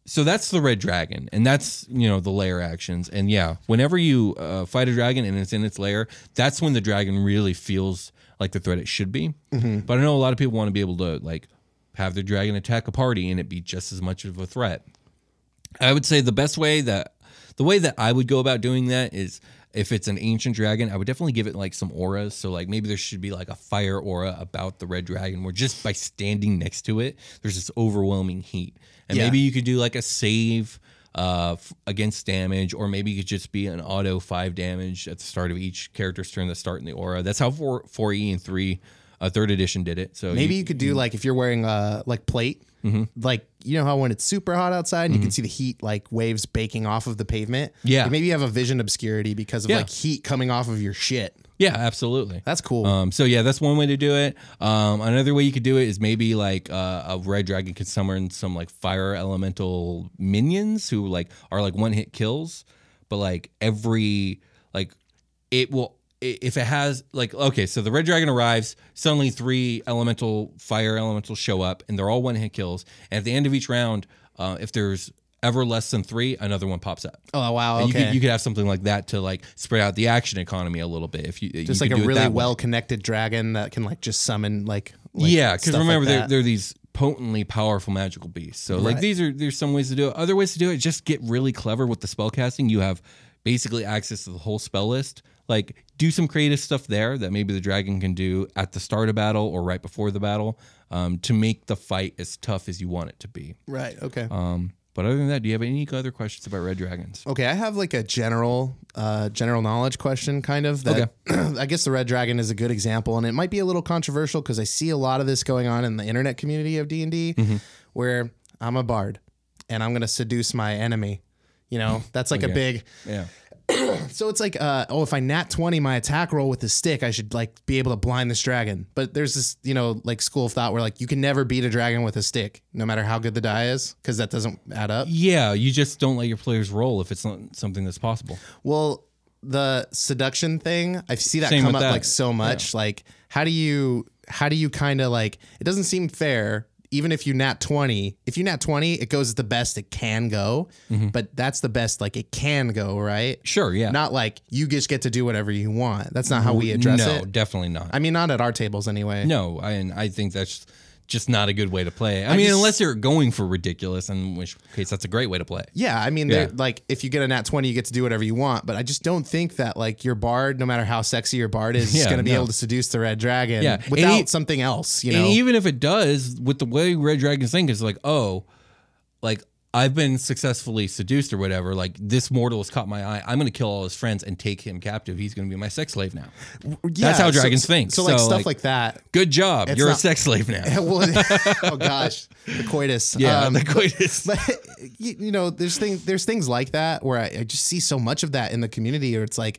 Speaker 3: so that's the red dragon, and that's you know the layer actions. And yeah, whenever you uh, fight a dragon and it's in its lair, that's when the dragon really feels like the threat it should be. But I know a lot of people want to be able to like have their dragon attack a party and it be just as much of a threat. I would say the best way that the way that I would go about doing that is if it's an ancient dragon, I would definitely give it like some auras. So like maybe there should be like a fire aura about the red dragon where just by standing next to it, there's this overwhelming heat. And
Speaker 4: Yeah.
Speaker 3: maybe you could do like a save uh f- against damage or maybe you could just be an auto 5 damage at the start of each character's turn that start in the aura. That's how 4 4e and 3 uh, third edition did it. So
Speaker 4: Maybe you could do like if you're wearing uh like plate,
Speaker 3: Mm-hmm.
Speaker 4: like you know how when it's super hot outside, and you can see the heat like waves baking off of the pavement.
Speaker 3: Yeah.
Speaker 4: Like, maybe you have a vision obscurity because of
Speaker 3: Yeah.
Speaker 4: like heat coming off of your shit.
Speaker 3: yeah, absolutely.
Speaker 4: That's cool.
Speaker 3: Um, so yeah, that's one way to do it. Um, another way you could do it is maybe like uh, a red dragon could summon some like fire elemental minions who like are like one hit kills, but like every like it will i- if it has like okay, so the red dragon arrives suddenly three elemental fire elementals show up and they're all one hit kills. And at the end of each round, uh, if there's ever less than three, another one pops up.
Speaker 4: oh wow.
Speaker 3: And
Speaker 4: Okay.
Speaker 3: you, could, you could have something like that to like spread out the action economy a little bit. If you
Speaker 4: just
Speaker 3: you
Speaker 4: like
Speaker 3: could
Speaker 4: a
Speaker 3: do it
Speaker 4: really
Speaker 3: that way.
Speaker 4: well connected dragon that can like just summon like, like
Speaker 3: yeah, because
Speaker 4: stuff like
Speaker 3: remember they're,
Speaker 4: that.
Speaker 3: they're these potently powerful magical beasts. So like these are there's some ways to do it. Other ways to do it, just get really clever with the spell casting. You have basically access to the whole spell list. Like do some creative stuff there that maybe the dragon can do at the start of battle or right before the battle um, to make the fight as tough as you want it to be.
Speaker 4: right. Okay.
Speaker 3: Um, but other than that, do you have any other questions about red dragons?
Speaker 4: Okay, I have like a general, uh, general knowledge question, kind of. That I guess the Red Dragon is a good example, and it might be a little controversial because I see a lot of this going on in the internet community of D anD D, where I'm a bard and I'm gonna seduce my enemy. You know, that's like a big.
Speaker 3: Yeah.
Speaker 4: So it's like, uh, oh, if I nat twenty my attack roll with the stick, I should like be able to blind this dragon. But there's this, you know, like school of thought where like you can never beat a dragon with a stick, no matter how good the die is, because that doesn't add up.
Speaker 3: Yeah, you just don't let your players roll if it's not something that's possible.
Speaker 4: Well, the seduction thing, I see that
Speaker 3: Same
Speaker 4: come
Speaker 3: with
Speaker 4: up
Speaker 3: that.
Speaker 4: like so much. Like, how do you how do you kind of like it doesn't seem fair even if you nat 20 if you nat 20 it goes at the best it can go but that's the best like it can go right
Speaker 3: Mm-hmm. Sure, yeah.
Speaker 4: not like you just get to do whatever you want that's not how we address
Speaker 3: no,
Speaker 4: it
Speaker 3: definitely not.
Speaker 4: i mean not at our tables anyway
Speaker 3: No, I, and I think that's just not a good way to play. I, mean,
Speaker 4: just-
Speaker 3: unless you're going for ridiculous, in which case that's a great way to play.
Speaker 4: Yeah, I mean,
Speaker 3: Yeah.
Speaker 4: they're like if you get a nat twenty, you get to do whatever you want. But I just don't think that like your bard, no matter how sexy your bard is, is
Speaker 3: Yeah,
Speaker 4: going to be
Speaker 3: no.
Speaker 4: able to seduce the red dragon
Speaker 3: Yeah, and
Speaker 4: without
Speaker 3: e-
Speaker 4: something else. You know,
Speaker 3: And even if it does, with the way Red Dragons think, it's like, oh, like I've been successfully seduced or whatever. Like this mortal has caught my eye. I'm going to kill all his friends and take him captive. He's going to be my sex slave now.
Speaker 4: Yeah,
Speaker 3: that's how
Speaker 4: so-
Speaker 3: dragons
Speaker 4: so-
Speaker 3: think.
Speaker 4: So, like
Speaker 3: So,
Speaker 4: stuff
Speaker 3: like-
Speaker 4: like, that.
Speaker 3: Good job. You're a
Speaker 4: not-
Speaker 3: sex slave now.
Speaker 4: Well, oh gosh, the coitus.
Speaker 3: Yeah,
Speaker 4: Um,
Speaker 3: the coitus.
Speaker 4: but you, you know, there's things there's things like that where I, I just see so much of that in the community, or it's like,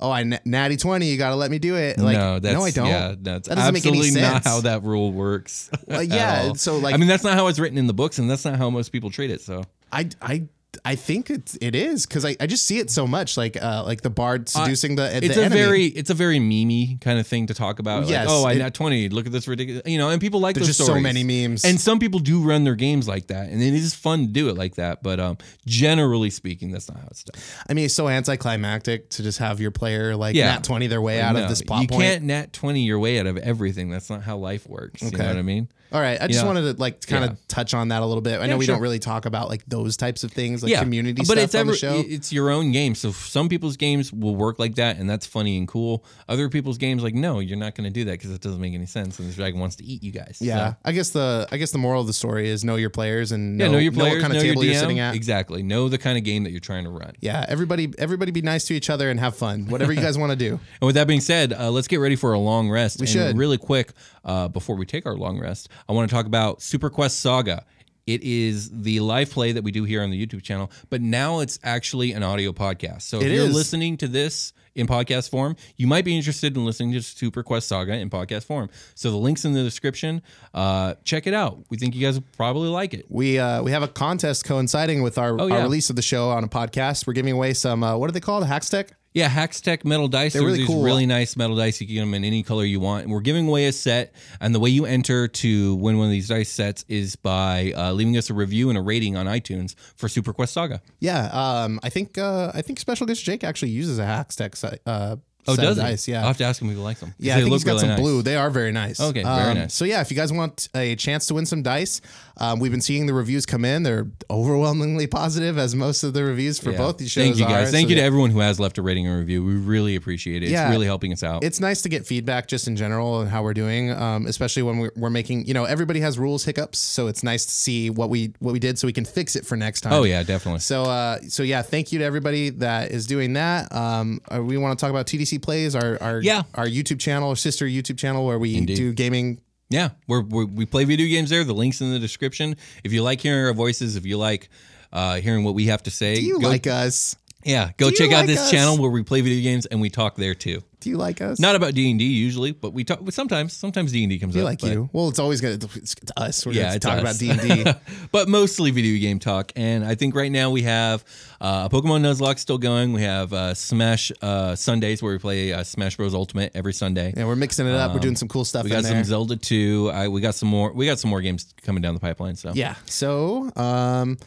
Speaker 4: oh, I na- natty twenty, you got to let me do it. Like,
Speaker 3: no, that's
Speaker 4: I don't.
Speaker 3: Yeah, that's
Speaker 4: that doesn't make any
Speaker 3: absolutely
Speaker 4: sense.
Speaker 3: not how that rule works.
Speaker 4: Well,
Speaker 3: at
Speaker 4: yeah,
Speaker 3: all.
Speaker 4: so, like-
Speaker 3: I mean, that's not how it's written in the books, and that's not how most people treat it. So,
Speaker 4: I I I think it's it is because I, I just see it so much like uh like the bard seducing the
Speaker 3: it's
Speaker 4: the
Speaker 3: a
Speaker 4: enemy.
Speaker 3: very it's a very memey kind of thing to talk about.
Speaker 4: Yes,
Speaker 3: like, oh, I
Speaker 4: it-
Speaker 3: nat twenty. Look at this ridiculous. You know, and people like
Speaker 4: There's
Speaker 3: those
Speaker 4: just so
Speaker 3: stories.
Speaker 4: many memes.
Speaker 3: and some people do run their games like that, and it is fun to do it like that. But um, generally speaking, that's not how it's done.
Speaker 4: I mean it's so anticlimactic to just have your player like
Speaker 3: Yeah.
Speaker 4: nat twenty their way out
Speaker 3: No,
Speaker 4: of this plot
Speaker 3: you
Speaker 4: point.
Speaker 3: can't nat twenty your way out of everything. That's not how life works. You know
Speaker 4: Okay. Oh,
Speaker 3: what I mean?
Speaker 4: All right. I just
Speaker 3: Yeah.
Speaker 4: wanted to like kind of
Speaker 3: Yeah.
Speaker 4: touch on that a little bit. I know
Speaker 3: Yeah,
Speaker 4: we don't
Speaker 3: sure.
Speaker 4: really talk about like those types of things, like community
Speaker 3: but
Speaker 4: stuff
Speaker 3: it's
Speaker 4: on
Speaker 3: every-
Speaker 4: the show.
Speaker 3: It's your own game. So some people's games will work like that, and that's funny and cool. Other people's games, like, no, you're not going to do that because it doesn't make any sense. And this dragon wants to eat you guys.
Speaker 4: yeah.
Speaker 3: So-
Speaker 4: I guess the I guess the moral of the story is know your players and know,
Speaker 3: yeah, know your players,
Speaker 4: what kind of table
Speaker 3: your DM.
Speaker 4: you're sitting at.
Speaker 3: Exactly. Know the kind of game that you're trying to run.
Speaker 4: Yeah, everybody everybody be nice to each other and have fun. Whatever you guys want to do.
Speaker 3: And with that being said, uh, let's get ready for a long rest. We and
Speaker 4: should.
Speaker 3: Really quick, uh, before we take our long rest, I want to talk about Super Quest Saga. It is the live play that we do here on the YouTube channel, but now it's actually an audio podcast. So if
Speaker 4: It
Speaker 3: you're
Speaker 4: is.
Speaker 3: listening to this in podcast form, you might be interested in listening to Super Quest Saga in podcast form. So the link's in the description. Uh, check it out. We think you guys will probably like it.
Speaker 4: We uh, we have a contest coinciding with our,
Speaker 3: Oh, yeah.
Speaker 4: our release of the show on a podcast. We're giving away some uh, what are they called? Hacks Tech?
Speaker 3: Yeah, Hacks Tech metal dice. They're
Speaker 4: really
Speaker 3: these
Speaker 4: cool.
Speaker 3: really nice metal dice. You can get them in any color you want. And we're giving away a set. And the way you enter to win one of these dice sets is by uh, leaving us a review and a rating on iTunes for Super Quest Saga.
Speaker 4: Yeah, um, I think uh, I think Special Guest Jake actually uses a Hacks Tech si- uh,
Speaker 3: Oh,
Speaker 4: set
Speaker 3: does
Speaker 4: of dice.
Speaker 3: it?
Speaker 4: Yeah,
Speaker 3: I'll have to ask him if he likes them. 'cause
Speaker 4: Yeah, I
Speaker 3: they
Speaker 4: think
Speaker 3: look
Speaker 4: he's got
Speaker 3: really
Speaker 4: some
Speaker 3: nice.
Speaker 4: blue. They are very nice.
Speaker 3: Okay, very
Speaker 4: Um,
Speaker 3: nice.
Speaker 4: So yeah, if you guys want a chance to win some dice, um, we've been seeing the reviews come in. They're overwhelmingly positive, as most of the reviews for
Speaker 3: Yeah.
Speaker 4: both these shows
Speaker 3: Thank you guys.
Speaker 4: are.
Speaker 3: Thank
Speaker 4: So
Speaker 3: you to
Speaker 4: yeah,
Speaker 3: everyone who has left a rating and review. We really appreciate it. It's
Speaker 4: Yeah.
Speaker 3: really helping us out.
Speaker 4: It's nice to get feedback just in general and how we're doing, um, especially when we're, we're making. You know, everybody has rules hiccups, so it's nice to see what we what we did, so we can fix it for next time.
Speaker 3: oh yeah, definitely.
Speaker 4: So, uh, so yeah, thank you to everybody that is doing that. Um, uh, we want to talk about TDC plays, our our
Speaker 3: Yeah.
Speaker 4: our YouTube channel, our sister YouTube channel, where we
Speaker 3: Indeed.
Speaker 4: do gaming
Speaker 3: Yeah, we're, we we play video games there. The link's in the description. If you like hearing our voices, if you like uh, hearing what we have to say,
Speaker 4: Do you
Speaker 3: go
Speaker 4: like us?
Speaker 3: Yeah, go
Speaker 4: Do you
Speaker 3: check out
Speaker 4: like
Speaker 3: this
Speaker 4: us?
Speaker 3: channel where we play video games and we talk there too.
Speaker 4: Do you like us?
Speaker 3: Not about D and D usually, but we talk sometimes. Sometimes D and D comes
Speaker 4: we
Speaker 3: up.
Speaker 4: like
Speaker 3: but-
Speaker 4: you. Well, it's always gonna it's us. We're
Speaker 3: Yeah,
Speaker 4: gonna
Speaker 3: it's
Speaker 4: talk
Speaker 3: us.
Speaker 4: about D and D.
Speaker 3: but mostly video game talk. And I think right now we have uh, Pokemon Nuzlocke still going. We have uh, Smash uh, Sundays where we play uh, Smash Bros Ultimate every Sunday.
Speaker 4: Yeah, we're mixing it up. we're doing some cool stuff.
Speaker 3: Um, we got
Speaker 4: in
Speaker 3: some
Speaker 4: there.
Speaker 3: Zelda two. I, we got some more. We got some more games coming down the pipeline. So
Speaker 4: Yeah. So, um,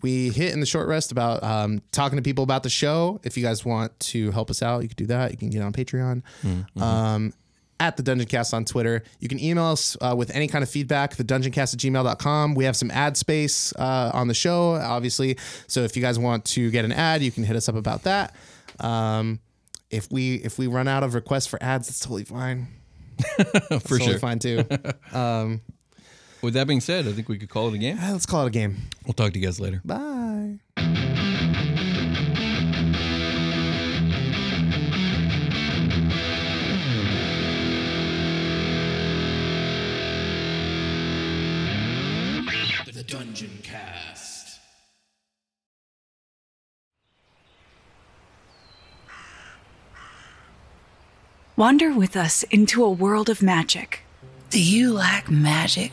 Speaker 4: we hit in the short rest about um, talking to people about the show. If you guys want to help us out, you can do that. You can get on Patreon.
Speaker 3: Mm-hmm.
Speaker 4: Um, at the Dungeon Cast on Twitter. You can email us uh, with any kind of feedback, the dungeoncast at gmail.com. We have some ad space uh, on the show, obviously. So if you guys want to get an ad, you can hit us up about that. Um, if we if we run out of requests for ads, that's totally fine. That's
Speaker 3: for
Speaker 4: totally
Speaker 3: sure.
Speaker 4: fine too.
Speaker 3: With that being said, I think we could call it a game.
Speaker 4: Let's call it a game.
Speaker 3: We'll talk to you guys later.
Speaker 4: Bye.
Speaker 5: The Dungeon Cast.
Speaker 8: Wander with us into a world of magic.
Speaker 9: Do you lack magic?